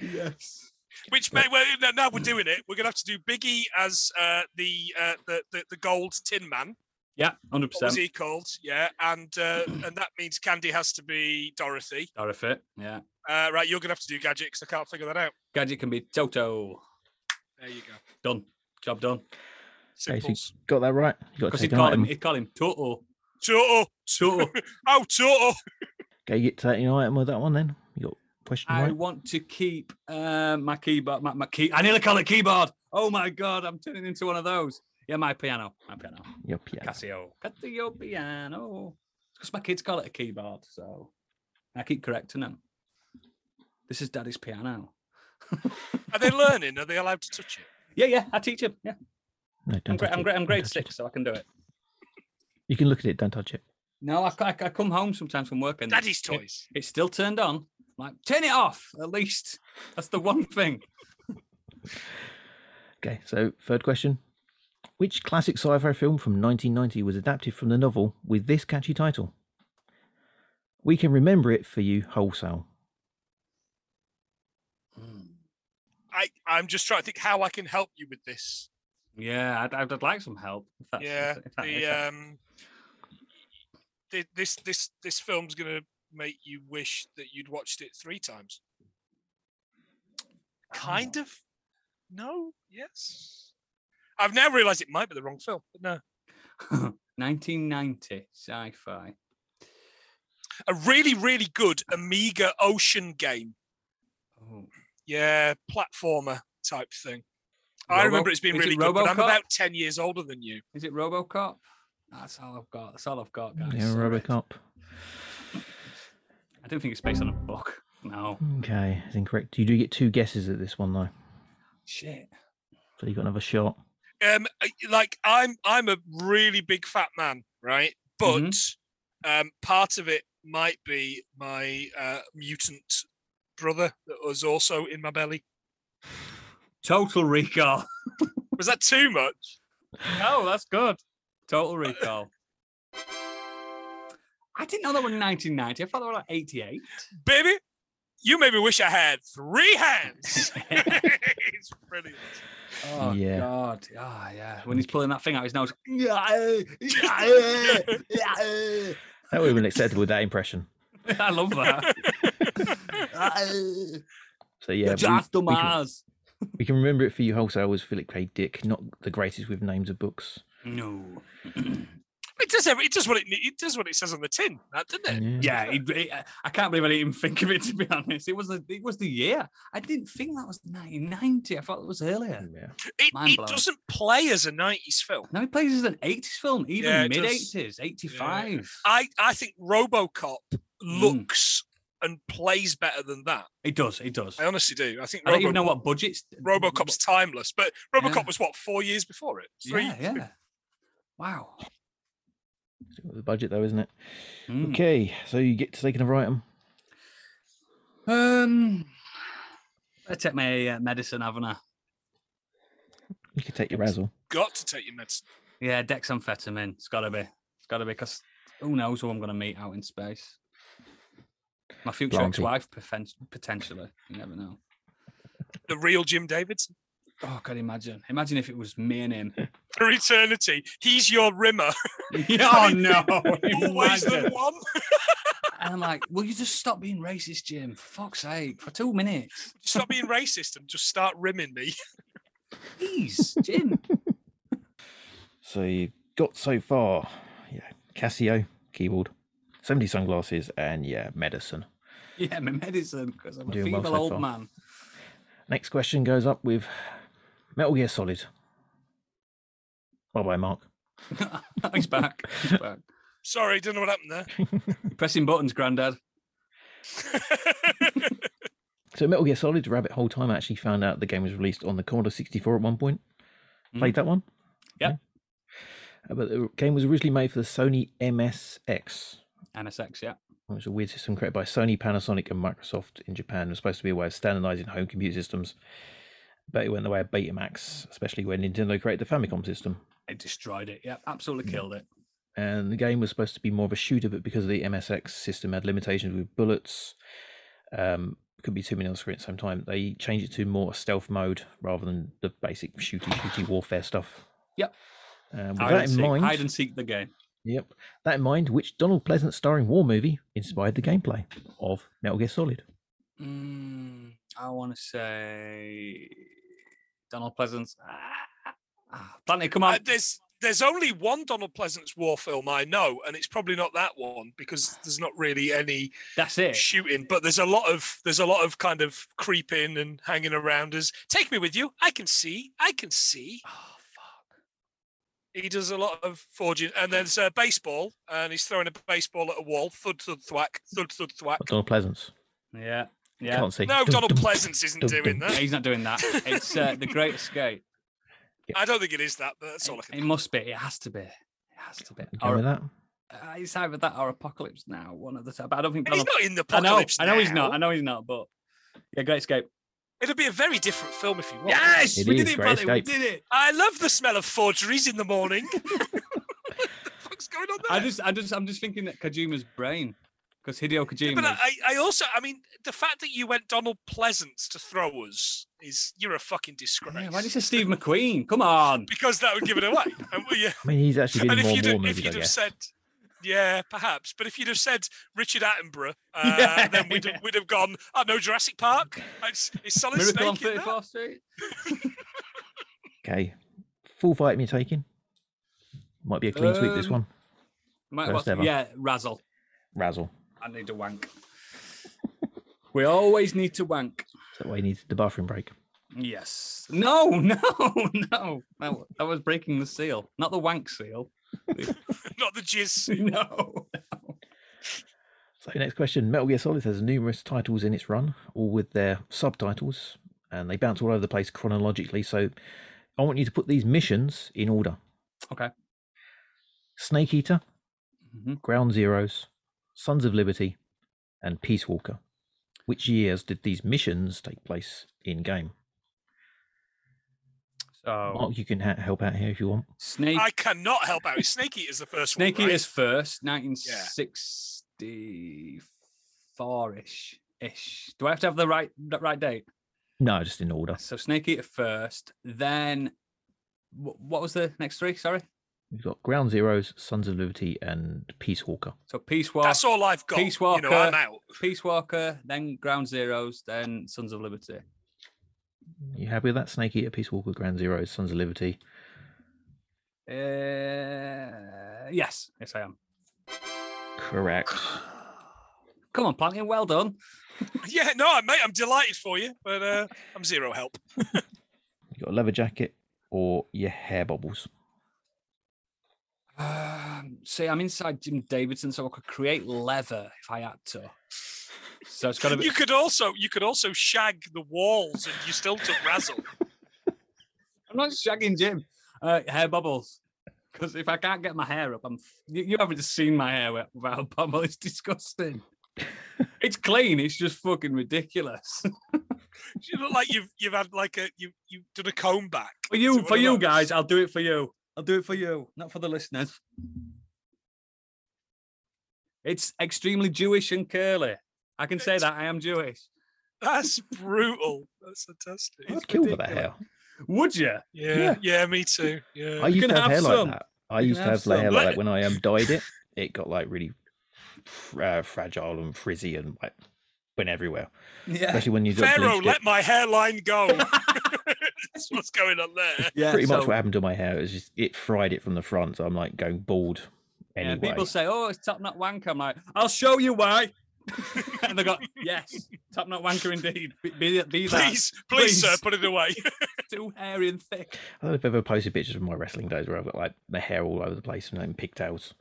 yes.
Which may well no, now we're doing it. We're gonna have to do Biggie as uh, the, uh, the the the gold Tin Man.
Yeah, hundred
What was
percent.
he called? Yeah, and uh, and that means Candy has to be Dorothy.
Dorothy. Yeah.
Uh, right, you're gonna have to do Gadget because I can't figure that out.
Gadget can be Toto.
There you go.
Done. Job done.
Okay, so you
Simples.
got that right. You got to
Because he
take an
called him.
item.
He called him Toto.
Toto.
Toto.
Oh, Toto.
Okay, you get to take an item with that one. Then you got question
I
right.
want to keep uh, my keyboard. My, my key. I nearly call it keyboard. Oh my god, I'm turning into one of those. Yeah, my piano. My piano.
Your piano.
Casio. Casio piano. Because my kids call it a keyboard, so I keep correcting them. This is daddy's piano.
Are they learning? Are they allowed to touch it?
Yeah, yeah, I teach him. Yeah,
No,
I'm,
don't
gra-
touch
I'm,
it.
gra- I'm
Don't
grade
touch
six,
it.
so I can do it.
You can look at it. Don't touch it.
No, I, c- I c- I come home sometimes from work and
Daddy's
it-
toys.
It's still turned on. I'm like, turn it off at least. That's the one thing.
Okay, so third question: Which classic sci-fi film from 1990 was adapted from the novel with this catchy title? We can remember it for you wholesale.
Hmm. I I'm just trying to think how I can help you with this.
Yeah, I'd, I'd, I'd like some help. If that's,
yeah,
if that- if
the
that-
um, thi- this this this film's gonna make you wish that you'd watched it three times. Oh. Kind of. No. Yes. I've now realised it might be the wrong film, but no.
1990 sci-fi.
A really, really good Amiga Ocean game.
Oh.
Yeah, platformer type thing. I
Robo-
remember it's being
is it
really good, but I'm
RoboCop?
about ten years older than you.
Is it RoboCop? That's all I've got. That's all I've got, guys.
Yeah,
Sorry.
RoboCop.
I don't think it's based on a book. No.
Okay, it's incorrect. You do get two guesses at this one though,
Shit.
so you got another shot.
um I- like i'm i'm a really big fat man right but
Mm-hmm.
um part of it might be my uh mutant brother that was also in my belly
Total Recall.
was that too much
Oh, that's good. Total Recall. I didn't know they were 1990. I thought they were like 88.
Baby, you made me wish I had three hands. it's brilliant.
Oh
Yeah.
God! Ah, yeah. When he's pulling that thing out his nose. I
That would have been acceptable with that impression.
love that.
So yeah, we,
Just to
we can,
Mars.
we can remember it for you wholesale was Philip K. Dick, not the greatest with names of books.
No.
It does. Have, it does what it. It does what it says on the tin, that, doesn't it?
Yeah, it, it, I can't believe I didn't even think of it. To be honest, it was the it was the year. I didn't think that was 1990. I thought it was
Hmm.
earlier.
Yeah.
It, it
Mind-blowing.
doesn't play as a '90s film.
Now he plays as an 80s film, even
Yeah, it does.
mid 80s, 85.
I I think RoboCop
Hmm.
looks and plays better than that.
It does. It does.
I honestly do. I think
I don't even
Robo-
know what budgets.
RoboCop's timeless, but RoboCop
Yeah.
was what four years before it. Three.
Yeah, yeah. Wow.
It's got The budget though, isn't it?
Mm.
Okay, so you get to take another item.
Um, I take my uh, medicine, haven't I?
You can take your razzle.
Got to take your medicine.
Yeah, dexamphetamine. It's got to be. It's got to be because who knows who I'm going to meet out in space? My future
Blimey.
ex-wife, poten- potentially. You never know.
The real Jim Davidson
Oh, can imagine? Imagine if it was me and him.
for eternity. He's your rimmer.
oh no!
Always the
Imagine.
one.
And I'm like, will you just stop being racist, Jim? For fuck's sake, for two minutes,
Stop being racist and just start rimming me.
please, Jim.
So you got so far, yeah, Casio keyboard, seventy sunglasses, and yeah, medicine.
yeah, my medicine because I'm a
Doing well
feeble
so
old
far.
man.
Next question goes up with Metal Gear Solid. Bye bye, Mark.
He's back. He's back.
Sorry, don't know what happened there.
You're pressing buttons, Grandad.
So Metal Gear Solid Rabbit Hole Time I actually found out the game was released on the Commodore 64 at one point. Played that one?
Yep.
Yeah. Uh, But the game was originally made for the Sony MSX,
NSX, yeah.
which was a weird system created by Sony, Panasonic, and Microsoft in Japan. It was supposed to be a way of standardizing home computer systems, but it went the way of Betamax, especially when Nintendo created the Famicom system.
It destroyed it. Yeah, absolutely killed it.
and the game was supposed to be more of a shooter, but because the MSX system had limitations with bullets, um, could be too many on the screen at the same time. They changed it to more stealth mode rather than the basic shooty shooty warfare stuff.
Yep.
Um, with
Hide
that
and,
in
seek,
mind,
hide and seek the game.
yep. That in mind, which Donald Pleasant starring war movie inspired the gameplay of Metal Gear Solid?
Mm, I want to say Donald Pleasance. Ah, ah, Plenty, come on.
Uh, there's there's only one Donald Pleasant's war film I know, and it's probably not that one because there's not really any
That's it.
shooting. But there's a lot of there's a lot of kind of creeping and hanging around us. Take me with you. I can see. I can see.
Oh, fuck.
He does a lot of forging, and there's a baseball, and he's throwing a baseball at a wall. Thud thud thwack. Thud thud thwack.
Not Donald Pleasant's.
Yeah. Yeah.
Can't see.
No,
Dum,
Donald
dum.
Pleasance isn't
dum,
doing
Yeah,
that.
He's not doing that. It's uh, The Great Escape.
I don't think it is that, but that's all I
It,
can.
it must be. It has to be. It has to be.
You go
Or,
with that?
uh, it's either that or Apocalypse Now. One of the two. But I don't think.
He's
Donald-
not in the
I know.
apocalypse.
I know he's not.
Now.
I know he's not. But yeah, Great Escape.
It'll be a very different film if you want.
Yes,
It
we
is
did it,
Great
brother. We
Escape.
did it.
I love the smell of forgeries in the morning. what the fuck's going on
I
there?
just, I just, I'm just thinking that Kojima's brain, because Hideo Kojima.
but I,
is-
I- I also, I mean, the fact that you went Donald Pleasance to throw us is you're a fucking disgrace.
Yeah, why did you say Steve McQueen? Come on.
because that would give it away. and, well, yeah.
I mean, he's actually been
and
in
if
more
you'd,
war
have- if
movies, I
you'd have
guess.
said, yeah, perhaps. But if you'd have said Richard Attenborough, uh,
Yeah,
then we'd, have
yeah.
we'd have gone. I know Jurassic Park. It's, it's solid
Miracle on
snake in that.
34th Street.
Okay. Full fight me taking. Might be a clean sweep this
Um,
one.
Might
First
watch-
ever.
yeah, Razzle.
Razzle.
I need to wank. We always need to wank.
That way he needs the bathroom break.
Yes. No, no, no. That, wa- that was breaking the seal, not the wank seal.
Not the jizz.
No.
So next question: Metal Gear Solid has numerous titles in its run, all with their subtitles, and they bounce all over the place chronologically. So I want you to put these missions in order:
Okay.
Snake Eater,
Mhm.
Ground Zeroes, Sons of Liberty, and Peace Walker. Which years did these missions take place in game?
So
Mark, you can ha- help out here if you want.
Snake
I cannot help out. It's Snake Eater's the first
Snake
one. right?
Eaters first, 1964 ish ish. Do I have to have the right the right date?
No, just in order.
So Snake Eater first, then wh- what was the next three? Sorry.
We've got Ground Zeroes, Sons of Liberty, and Peace Walker.
So Peace Walker,
That's all I've got.
Peace
You know, I'm
Walker.
out.
Peace Walker, then Ground Zeroes, then Sons of Liberty.
You happy with that? Snake Eater, Peace Walker, Ground Zeroes, Sons of Liberty.
Uh, yes, yes, I am.
Correct.
Come on, Planting. Well done.
Yeah, no, I'm- mate, I'm delighted for you, but uh, I'm zero help.
You got a leather jacket or your hair bobbles.
Um, see, I'm inside Jim Davidson, so I could create leather if I had to. So it's got to be.
You could also you could also shag the walls, and you still took Razzle.
I'm not shagging Jim. Uh, hair bubbles. Because if I can't get my hair up, I'm. You, you haven't seen my hair wi- without a bubble. It's disgusting. it's clean. It's just fucking ridiculous.
you look like you've you've had like a you you've done a comb back.
for
So
you,
what
for you
about-
guys, I'll do it for you. I'll do it for you, not for the listeners. It's extremely Jewish and curly. I can say
It's-
that I am Jewish.
That's brutal. That's fantastic.
I'd
It's
kill for that hair.
ridiculous. Would you?
Yeah,
Yeah.
yeah, me too.
I
Yeah.
used
can
to have, hair
have
like
some.
that. I
You
used to
can have
have like hair
some.
like
Let-
that when I um, dyed it. It got like really fr- uh, fragile and frizzy and like went everywhere.
Yeah.
Especially when you got
Pharaoh,
bleached it.
let my hairline go. That's what's going on there.
yeah
Pretty much
so-
what happened to my hair. It was just it fried it from the front. So I'm like going bald
Yeah,
anyway.
people say, "Oh, it's top nut wanker." I'm like, "I'll show you why." and they go, "Yes, top nut wanker indeed. Be, be, be that.
Please, please, sir,
Please.
put it away.
too hairy and thick."
I don't know if I've ever posted pictures of my wrestling days where I've got like my hair all over the place and like, pigtails.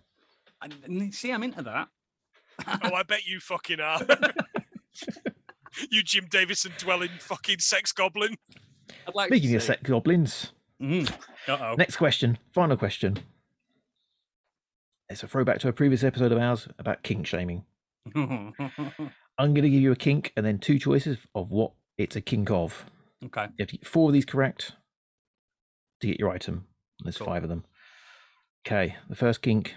And, and see, I'm into that.
oh, I bet you fucking are. you Jim Davison dwelling fucking sex goblin.
I'd like.
Speaking
to
of
see.
sex goblins,
Uh oh.
next question, final question. It's a throwback to a previous episode of ours about kink shaming. I'm going to give you a kink and then two choices of what it's a kink of.
okay.
You have to get four of these correct to get your item. There's
Cool.
five of them. Okay, the first kink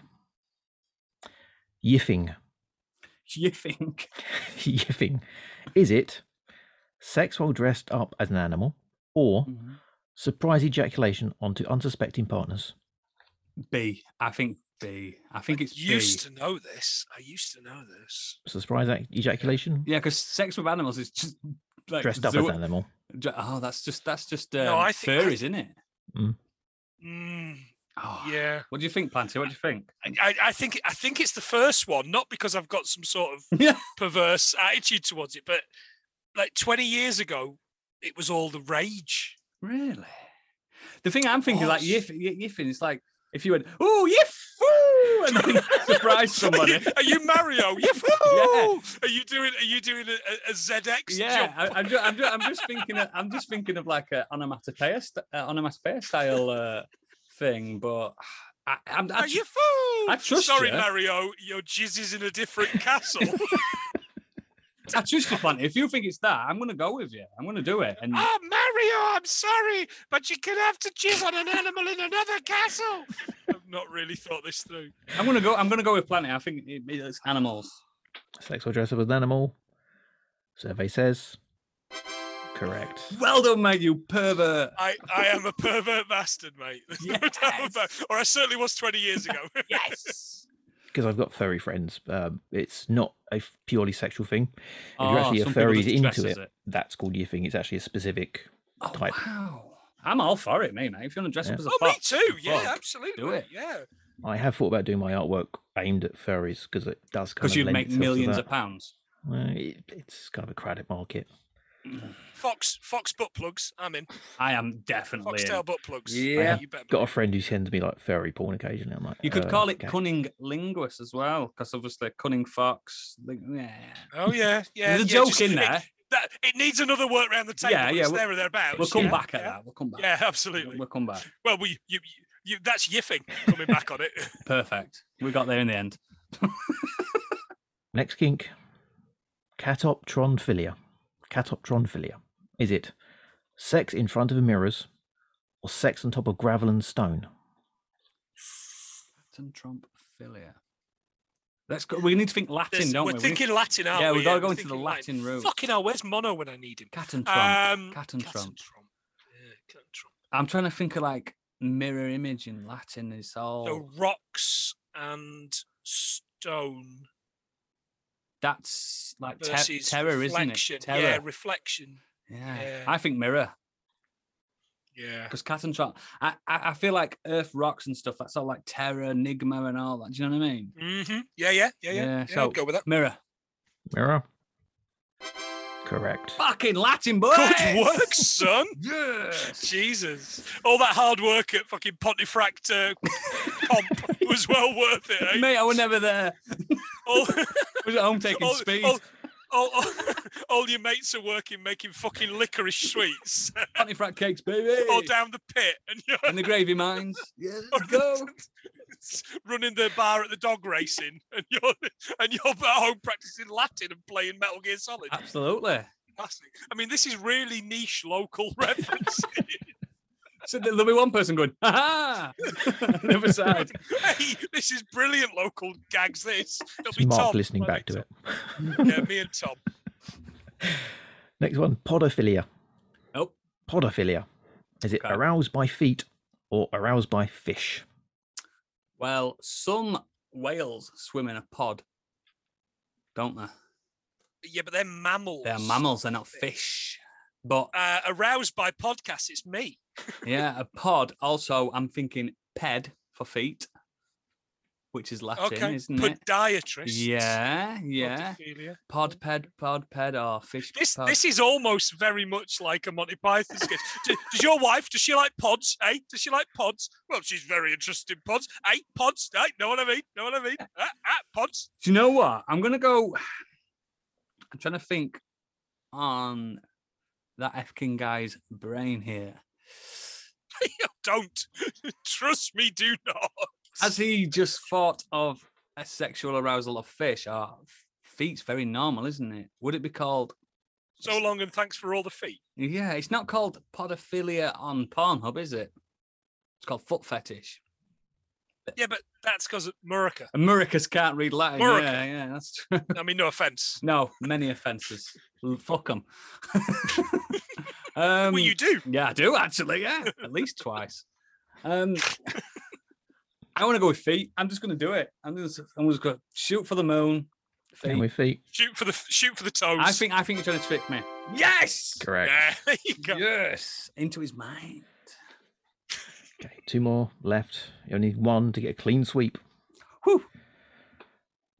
yiffing.
You think?
yiffing. Is it sex while dressed up as an animal
Hmm.
or surprise ejaculation onto unsuspecting partners?
B. I think B. I think it's
used
B.
to know this. I used to know this.
Surprise ac- ejaculation?
Yeah, because sex with animals is just like
Dressed up as
zoo-
an animal.
dre- Oh, that's just that's just um,
No, I think- I
furries, isn't it?
Mm,
Oh.
yeah,
What do you think, Planty? What do you think?
I, I- I think I think it's the first one, not because I've got some sort of
Yeah.
perverse attitude towards it, but like 20 years ago, it was all the rage.
Really? The thing I'm thinking, like
Was.
yiff, y- yiffing, it's like if you went, "Oh, yiff!" ooh," and then surprise
Are
somebody.
you, are you Mario? Yahoo! Are you doing? Are you doing a, a, a ZX
Yeah,
jump?
I, I'm, just, I'm, just, I'm just thinking. Of, I'm just thinking of like a onomatopoeia, st- uh, onomatopoeia style uh, thing, but I, I'm, I,
Are you fool?
I trust
Sorry,
ya.
Mario. Your jizz is in a different castle.
I trust you, Planty. If you think it's that, I'm going to go with you. I'm going to do it. And
oh, Mario, I'm sorry, but you can have to jizz on an animal in another castle. I've not really thought this through.
I'm going to go. I'm going to go with Planty. I think it, it's animals.
Sex while dressed up as an animal. Survey says. Correct.
Well done, mate. You pervert.
I, I am a pervert bastard, mate. There's no doubt about-
Yes.
Or I certainly was 20 years ago. Oh,
Yes.
Because I've got furry friends. Um, it's not a f- purely sexual thing. If
Oh,
you're actually a
some people
furry
just dress
into
as
it, that's called yiffing. It's actually a specific.
Oh,
type.
wow. I'm all for it, mate. mate. If you want to dress
Yeah.
up as a
oh, me
fox,
too. Yeah,
fuck.
absolutely.
it.
Yeah.
I have thought about doing my artwork aimed at furries because it does kind
because
of
you'd
lend
make
itself to
millions
that.
of pounds.
Well, it, it's kind of a crowded market.
Fox, Fox butt plugs. I'm in.
I am definitely. in.
Foxtail butt plugs.
Yeah.
You better
Got a
believe
friend who sends me like furry porn occasionally. I'm like,
You could
uh,
call it
okay.
cunning linguist as well, because obviously cunning fox. Like, yeah.
it. Oh yeah, yeah.
There's a
yeah,
joke
just-
in
it-
there.
that it needs another work round the table.
Yeah,
Yeah,
yeah,
yeah.
we'll-
there or thereabouts.
We'll come
yeah,
back at
yeah.
that. We'll come back.
Yeah, absolutely.
We'll come back.
Well, we you, you that's yiffing coming back on it.
Perfect. We got there in the end.
Next kink. Catoptronphilia. Catoptronphilia. Is it sex in front of mirrors or sex on top of gravel and stone?
Latin Trump philia. Let's go. We need to think Latin,
There's-
don't
we're
we? We need-
thinking Latin, aren't
Yeah,
we?
we've gotta go
We're
into the
thinking
Latin route.
Fucking hell, where's Mono when I need him?
Cat and Trump.
Um,
Cat and Trump.
Trump. Yeah, Cat and Trump.
I'm trying to think of like mirror image in Latin. It's all
So rocks and stone
that's like ter-
versus
terror, isn't
reflection.
it? Terror.
Yeah, reflection.
Yeah.
yeah.
I think mirror
Yeah.
because cat and trap. I, I I feel like earth rocks and stuff. That's all like terror, enigma, and all that. Do you know what I mean?
Mm-hmm. Yeah, yeah, yeah, yeah.
Yeah,
yeah,
so-
I'd go with that.
Mirror.
Mirror. Correct.
Fucking Latin, boy.
Good work, son.
Yes.
Jesus. All that hard work at fucking Pontefract uh, comp was well worth it, eh?
Mate, I was never there.
All,
I was at home taking
all-
speed.
all- all- all- all your mates are working making fucking licorice sweets
Pontefract cakes, baby.
or down the pit and you're
and the gravy mines. Yeah,
or
let's
the-
go.
running the bar at the dog racing and you're and you're at home practicing Latin and playing Metal Gear Solid.
Ah.
Absolutely.
Fantastic. I mean, this is really niche local reference.
So there'll be one person going, ha ha! The other side.
hey, this is brilliant local gags. This it'll
It's
be
Mark
Tom.
listening
It'll
back
be
to it.
Tom. Yeah, me and Tom.
Next one, podophilia.
Nope.
Podophilia. Is it
Oh. Okay.
aroused by feet or aroused by fish?
Well, some whales swim in a pod, don't they?
Yeah, but they're mammals.
They're mammals, they're not fish. But
Uh, aroused by podcasts, it's me.
yeah, a pod also, I'm thinking ped for feet, which is Latin,
okay,
isn't it?
podiatrist.
Yeah, yeah.
Podophilia.
Pod, ped, pod, ped, or fish.
This
pod.
this is almost very much like a Monty Python sketch. does, does your wife? Does she like pods? Eh? Does she like pods? Well, she's very interested in pods. Eh? Pods? Eh? Know what I mean? Know what I mean? Ah, ah, pods.
Do you know what? I'm gonna go. I'm trying to think on that Efkin guy's brain here.
Don't trust me. Do not.
Has he just thought of a sexual arousal of fish? Or feet's very normal, isn't it? Would it be called?
So long and thanks for all the feet.
Yeah, it's not called podophilia on Pornhub, is it? It's called foot fetish.
Yeah, but that's because of Murica.
Americans can't read Latin.
Murica.
Yeah, yeah, that's true.
I mean, no offense.
no, many offences. L- Fuck them. um,
well, you do.
Yeah, I do actually. Yeah, at least twice. Um, I want to go with feet. I'm just going to do it. I'm just, I'm just going to shoot for the moon.
And
Feet.
with feet.
Shoot for the shoot for the toes.
I think I think you're trying to trick me. Yes.
Correct.
Yeah, there you go.
Yes. Into his mind.
Okay, two more left. You only need one to get a clean sweep.
Whew.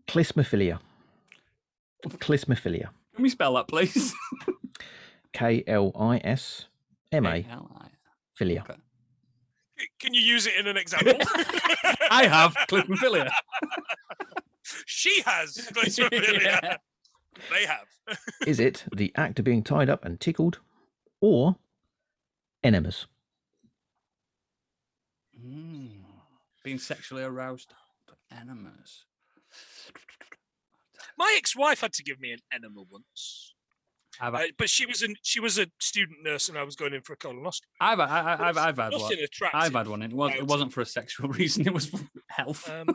Clismophilia. Clismophilia.
Can we spell that, please?
K L I S M A
A-L-I.
philia.
Can you use it in an example?
I have clitophilia.
she has.
yeah.
They have.
Is it the act of being tied up and tickled, or enemas?
Mm. Being sexually aroused to enemas.
My ex-wife had to give me an enema once,
I've,
uh,
had-
but she was an, she was a student nurse, and I was going in for a colonoscopy.
I've, had- I- I- I've, I've had one.
Nothing attractive.
I've had one. It, was, it
Right.
wasn't for a sexual reason. It was for health.
Um,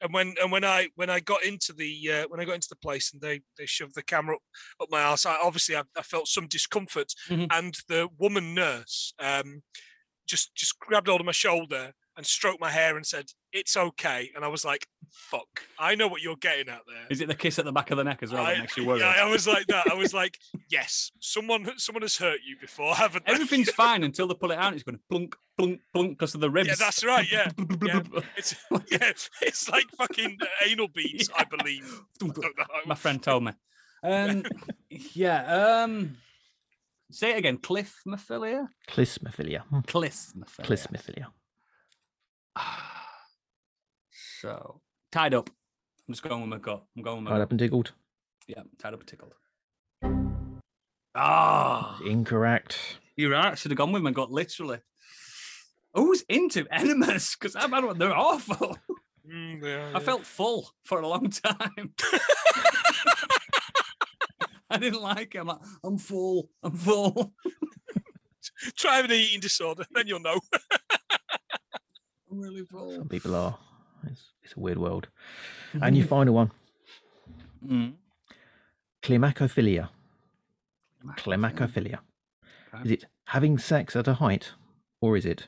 and when and when I when I got into the uh, when I got into the place and they they shoved the camera up, up my ass, I obviously I, I felt some discomfort,
Mhm.
and the woman nurse um, just just grabbed hold of my shoulder and stroked my hair and said, "It's okay." And I was like, "Fuck, I know what you're getting at there."
Is it the kiss at the back of the neck as well that
I-
makes you worry?
Yeah, I was like that. I was like, "Yes, someone someone has hurt you before, haven't they?"
Everything's fine until they pull it out. and It's going to plunk, plunk, plunk because of the ribs.
Yeah, that's right. Yeah, yeah.
yeah.
it's yeah, it's like fucking anal beads, I believe. I don't know.
My friend told me. Um, yeah. Um, say it again. Cliff Mephilia?
Clismophilia. Hmm.
Cliff Mephilia.
Clismophilia.
So, tied up. I'm just going with my gut. I'm going with my
Tied
gut.
up and tickled.
Yeah, tied up and tickled. Ah,
Incorrect.
you're right. Should have gone with my gut, literally. Who's into enemas? Because I've had one. They're awful.
Mm, yeah,
I
yeah.
felt full for a long time. I didn't like it. I'm like, I'm full. I'm full.
Try an eating disorder, then you'll know.
really
Some people are. It's, it's a weird world.
Mm-hmm.
And your final one,
Mm.
climacophilia. Climacophilia.
Okay.
Is it having sex at a height, or is it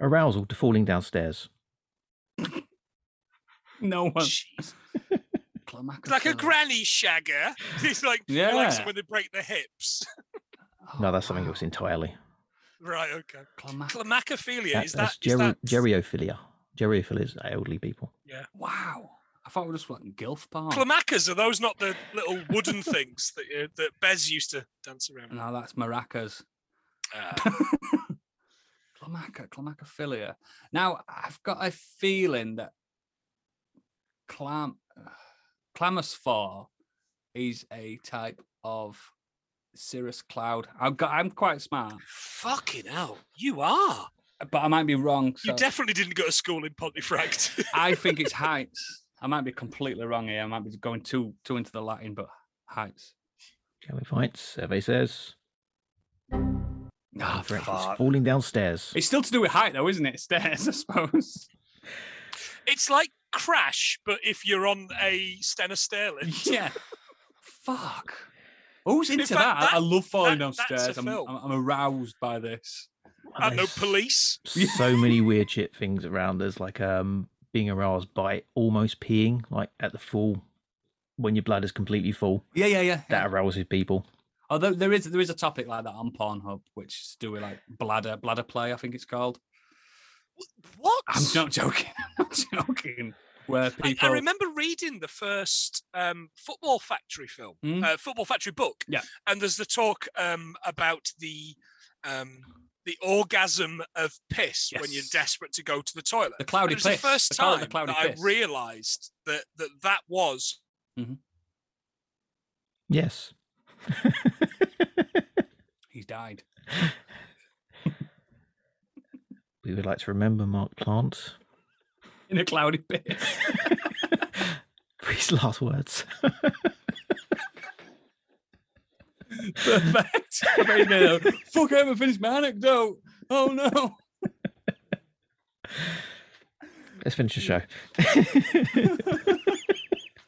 arousal to falling downstairs?
No one.
Jeez.
Climacophilia.
like a granny shagger. It's like yeah.
Yeah.
like someone they break their hips. Oh,
No, that's something
wow.
else entirely.
Right, okay.
Climac-
Clamacophilia,
That-
is
that's
that, is
geri-
that
geriophilia. Geriophilia is elderly people.
wow. I thought we were just like Gilf Park.
Clamacas, are those not the little wooden things that uh, that Bez used to dance around?
no, that's maracas.
Uh,
Clamaca, clamacophilia. Now I've got a feeling that clam clamosphere is a type of cirrus cloud. I've got, I'm quite smart,
fucking hell, you are.
but I might be wrong.
You
so
definitely didn't go to school in Pontefract.
I think it's heights. I might be completely wrong here. I might be going too too into the Latin, but heights.
Can we fight? Survey says.
Ah,
Incorrect,
fuck.
It's falling downstairs.
It's still to do with height, though, isn't it? Stairs, I suppose.
it's like Crash, but if you're on a Stennis Sterling.
yeah. Fuck. Who's
In
into
fact,
that? I- I love falling
that- that's a
downstairs. I'm,
film.
I'm, I'm aroused by this.
I know
There's
police.
Yeah.
So many weird shit things around. There's like um being aroused by almost peeing, like at the full when your blood is completely full.
Yeah, yeah, yeah.
That arouses people.
Although there is there is a topic like that on Pornhub, which is to do with like bladder bladder play. I think it's called.
What?
I'm not joking. I'm not joking. Where
I-
people.
I remember reading the first um, Football Factory film,
Mm.
uh, Football Factory book.
Yeah.
And there's the talk um, about the um, the orgasm of piss when you're
Yes.
desperate to go to the toilet.
the
And
cloudy
it was
piss.
the first
They call it
time
the cloudy
that
piss.
I realised that, that that was
Yes.
He's died.
we would like to remember Mark Plant
In a cloudy piss.
for his last words.
Perfect. There you go. Fuck, I haven't finished my anecdote. Oh no.
Let's finish the show.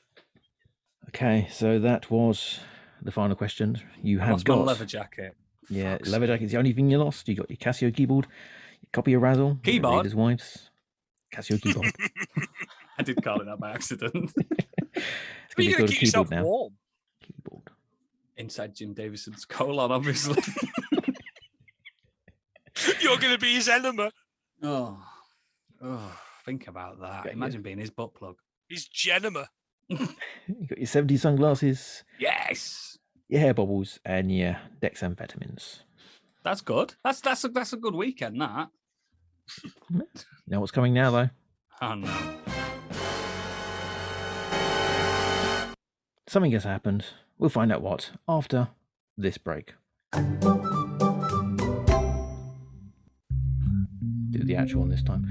okay, so that was the final question. You
I
have
lost
got
my leather jacket.
yeah,
Fuck's
leather jacket's the only thing you lost. You got your Casio keyboard, your copy of Razzle, your
Keyboard?
Reader's wives, Casio keyboard.
I did call it that by accident.
It's
But
gonna be
you're going
called
to
a
keep yourself
keyboard now.
warm.
Keyboard.
Inside Jim Davison's colon, obviously.
You're going to be his enema,
oh, oh, think about that.
Get you.
Imagine being his butt plug.
his genema.
You got your 70 sunglasses,
Yes,
your hair bubbles, and your dexamphetamines.
that's good. That's that's a, that's a good weekend. That.
You know what's coming now though?
Oh no.
Something has happened. We'll find out what after this break. Do the actual one this time.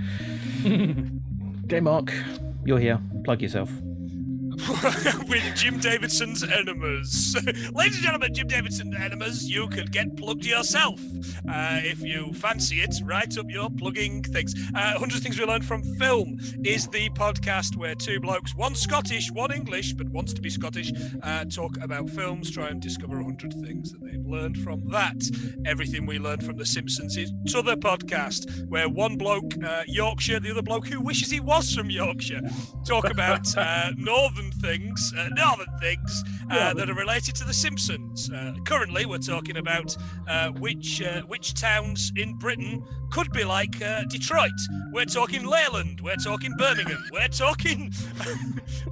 Game Mark, you're here. Plug yourself.
with Jim Davidson's enemas. Ladies and gentlemen, Jim Davidson enemas, you could get plugged yourself uh, if you fancy it. Write up your plugging things. Uh, 100 Things We Learned from Film is the podcast where two blokes, one Scottish, one English, but wants to be Scottish, uh, talk about films, try and discover 100 things that they've learned from that. Everything we learned from The Simpsons is T'other podcast, where one bloke, uh, Yorkshire, the other bloke who wishes he was from Yorkshire, talk about uh, northern things, uh, northern things uh, that are related to The Simpsons. Uh, currently, we're talking about uh, which uh, which towns in Britain could be like uh, Detroit. We're talking Leyland. We're talking Birmingham. We're talking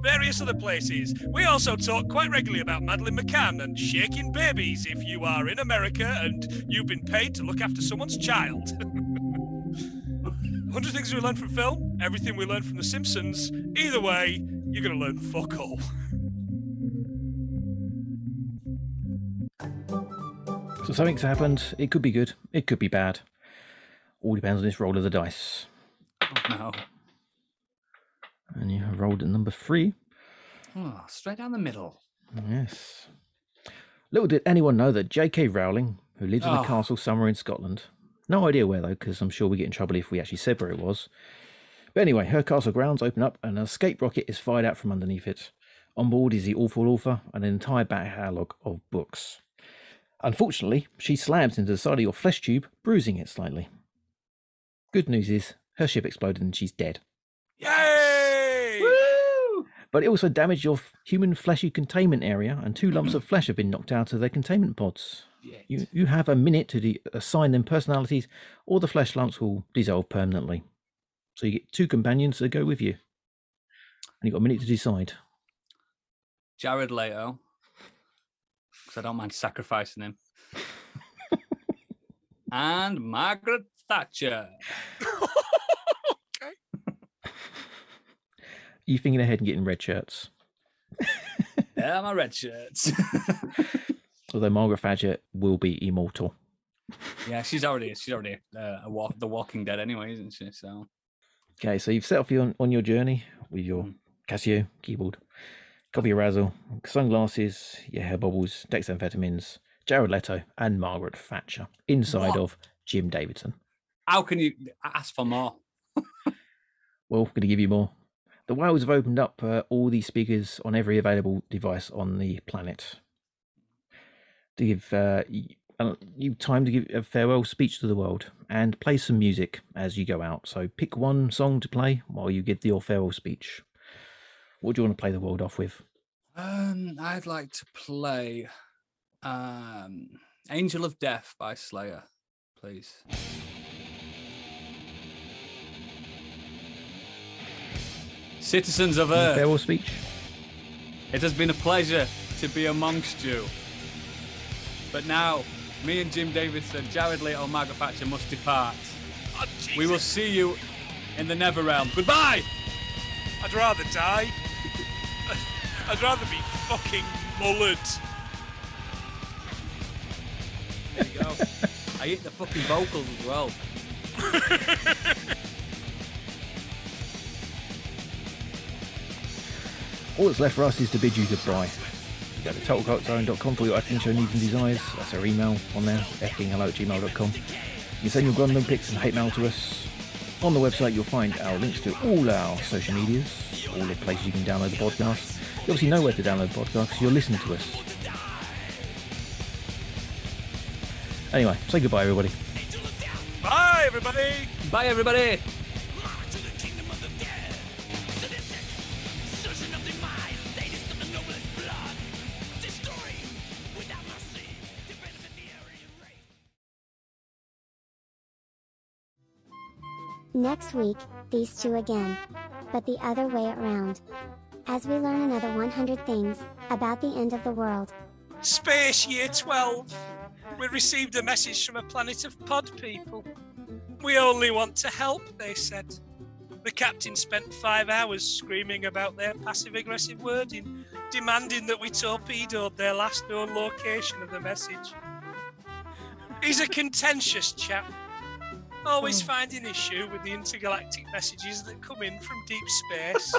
various other places. We also talk quite regularly about Madeline McCann and shaking babies. If you are in America and you've been paid to look after someone's child. 100 things we learned from film, everything we learned from The Simpsons. Either way, you're going to learn fuck all.
So something's happened. It could be good. It could be bad. All depends on this roll of the dice.
Oh, no.
And you have rolled at number three.
Oh, straight down the middle.
Yes. Little did anyone know that J.K. Rowling, who lives in
Oh.
a castle somewhere in Scotland, No idea where though, because I'm sure we get in trouble if we actually said where it was. But anyway, her castle grounds open up and an escape rocket is fired out from underneath it. On board is the awful author and an entire back catalogue of books. Unfortunately, she slams into the side of your flesh tube, bruising it slightly. Good news is her ship exploded and she's dead.
Yay!
Woo!
But it also damaged your f- human fleshy containment area, and two lumps of flesh have been knocked out of their containment pods. You, you have a minute to de- assign them personalities, or the flesh lumps will dissolve permanently. So you get two companions that go with you. And you've got a minute to decide.
Jared Leto. Because I don't mind sacrificing him. and Margaret Thatcher.
okay.
You thinking ahead and getting red shirts.
They're my red shirts.
Although Margaret Thatcher will be immortal.
yeah, she's already she's already uh, a walk, the Walking Dead anyway, isn't she? So
Okay, so you've set off on, on your journey with your
Mm.
Casio keyboard, copy of Razzle, sunglasses, your hair bubbles, dexamphetamines, Jared Leto, and Margaret Thatcher inside
What?
of Jim Davidson.
how can you ask for more?
Well, going to give you more. The whales have opened up uh, all these speakers on every available device on the planet to give uh, y- uh, you time to give a farewell speech to the world and play some music as you go out. So pick one song to play while you give your farewell speech. What do you want to play the world off with?
Um, I'd like to play um, Angel of Death by Slayer, please. Citizens of
Your
Earth,
farewell speech?
it has been a pleasure to be amongst you. But now, me and Jim Davidson, Jared Leto, Margaret Thatcher must depart.
Oh, Jesus.
We will see you in the Never Realm. Goodbye!
I'd rather die. I'd rather be fucking mullered.
There you go. I hit the fucking vocals as well.
All that's left for us is to bid you goodbye. You Go to totalcultzone.com for your acting show needs and desires. That's our email on there, fkinghello at gmail.com. You can send your Grundon pics and hate mail to us. On the website, you'll find our links to all our social medias, all the places you can download the podcast. You obviously know where to download the podcast because you're listening to us. Anyway, say goodbye, everybody.
Bye, everybody.
Bye, everybody!
to the kingdom of the dead. Sadistic, surgeon of demise, sadist of the noblest blood. Destroying without mercy to benefit the Aryan race.
Next week, these two again. But the other way around. As we learn another 100 things about the end of the world.
Space Year 12. We received a message from a planet of pod people. We only want to help, they said. The captain spent five hours screaming about their passive aggressive wording, demanding that we torpedoed their last known location of the message. He's a contentious chap, always finding issue with the intergalactic messages that come in from deep space.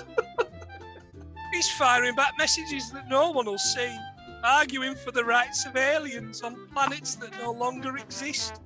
He's firing back messages that no one will see arguing for the rights of aliens on planets that no longer exist.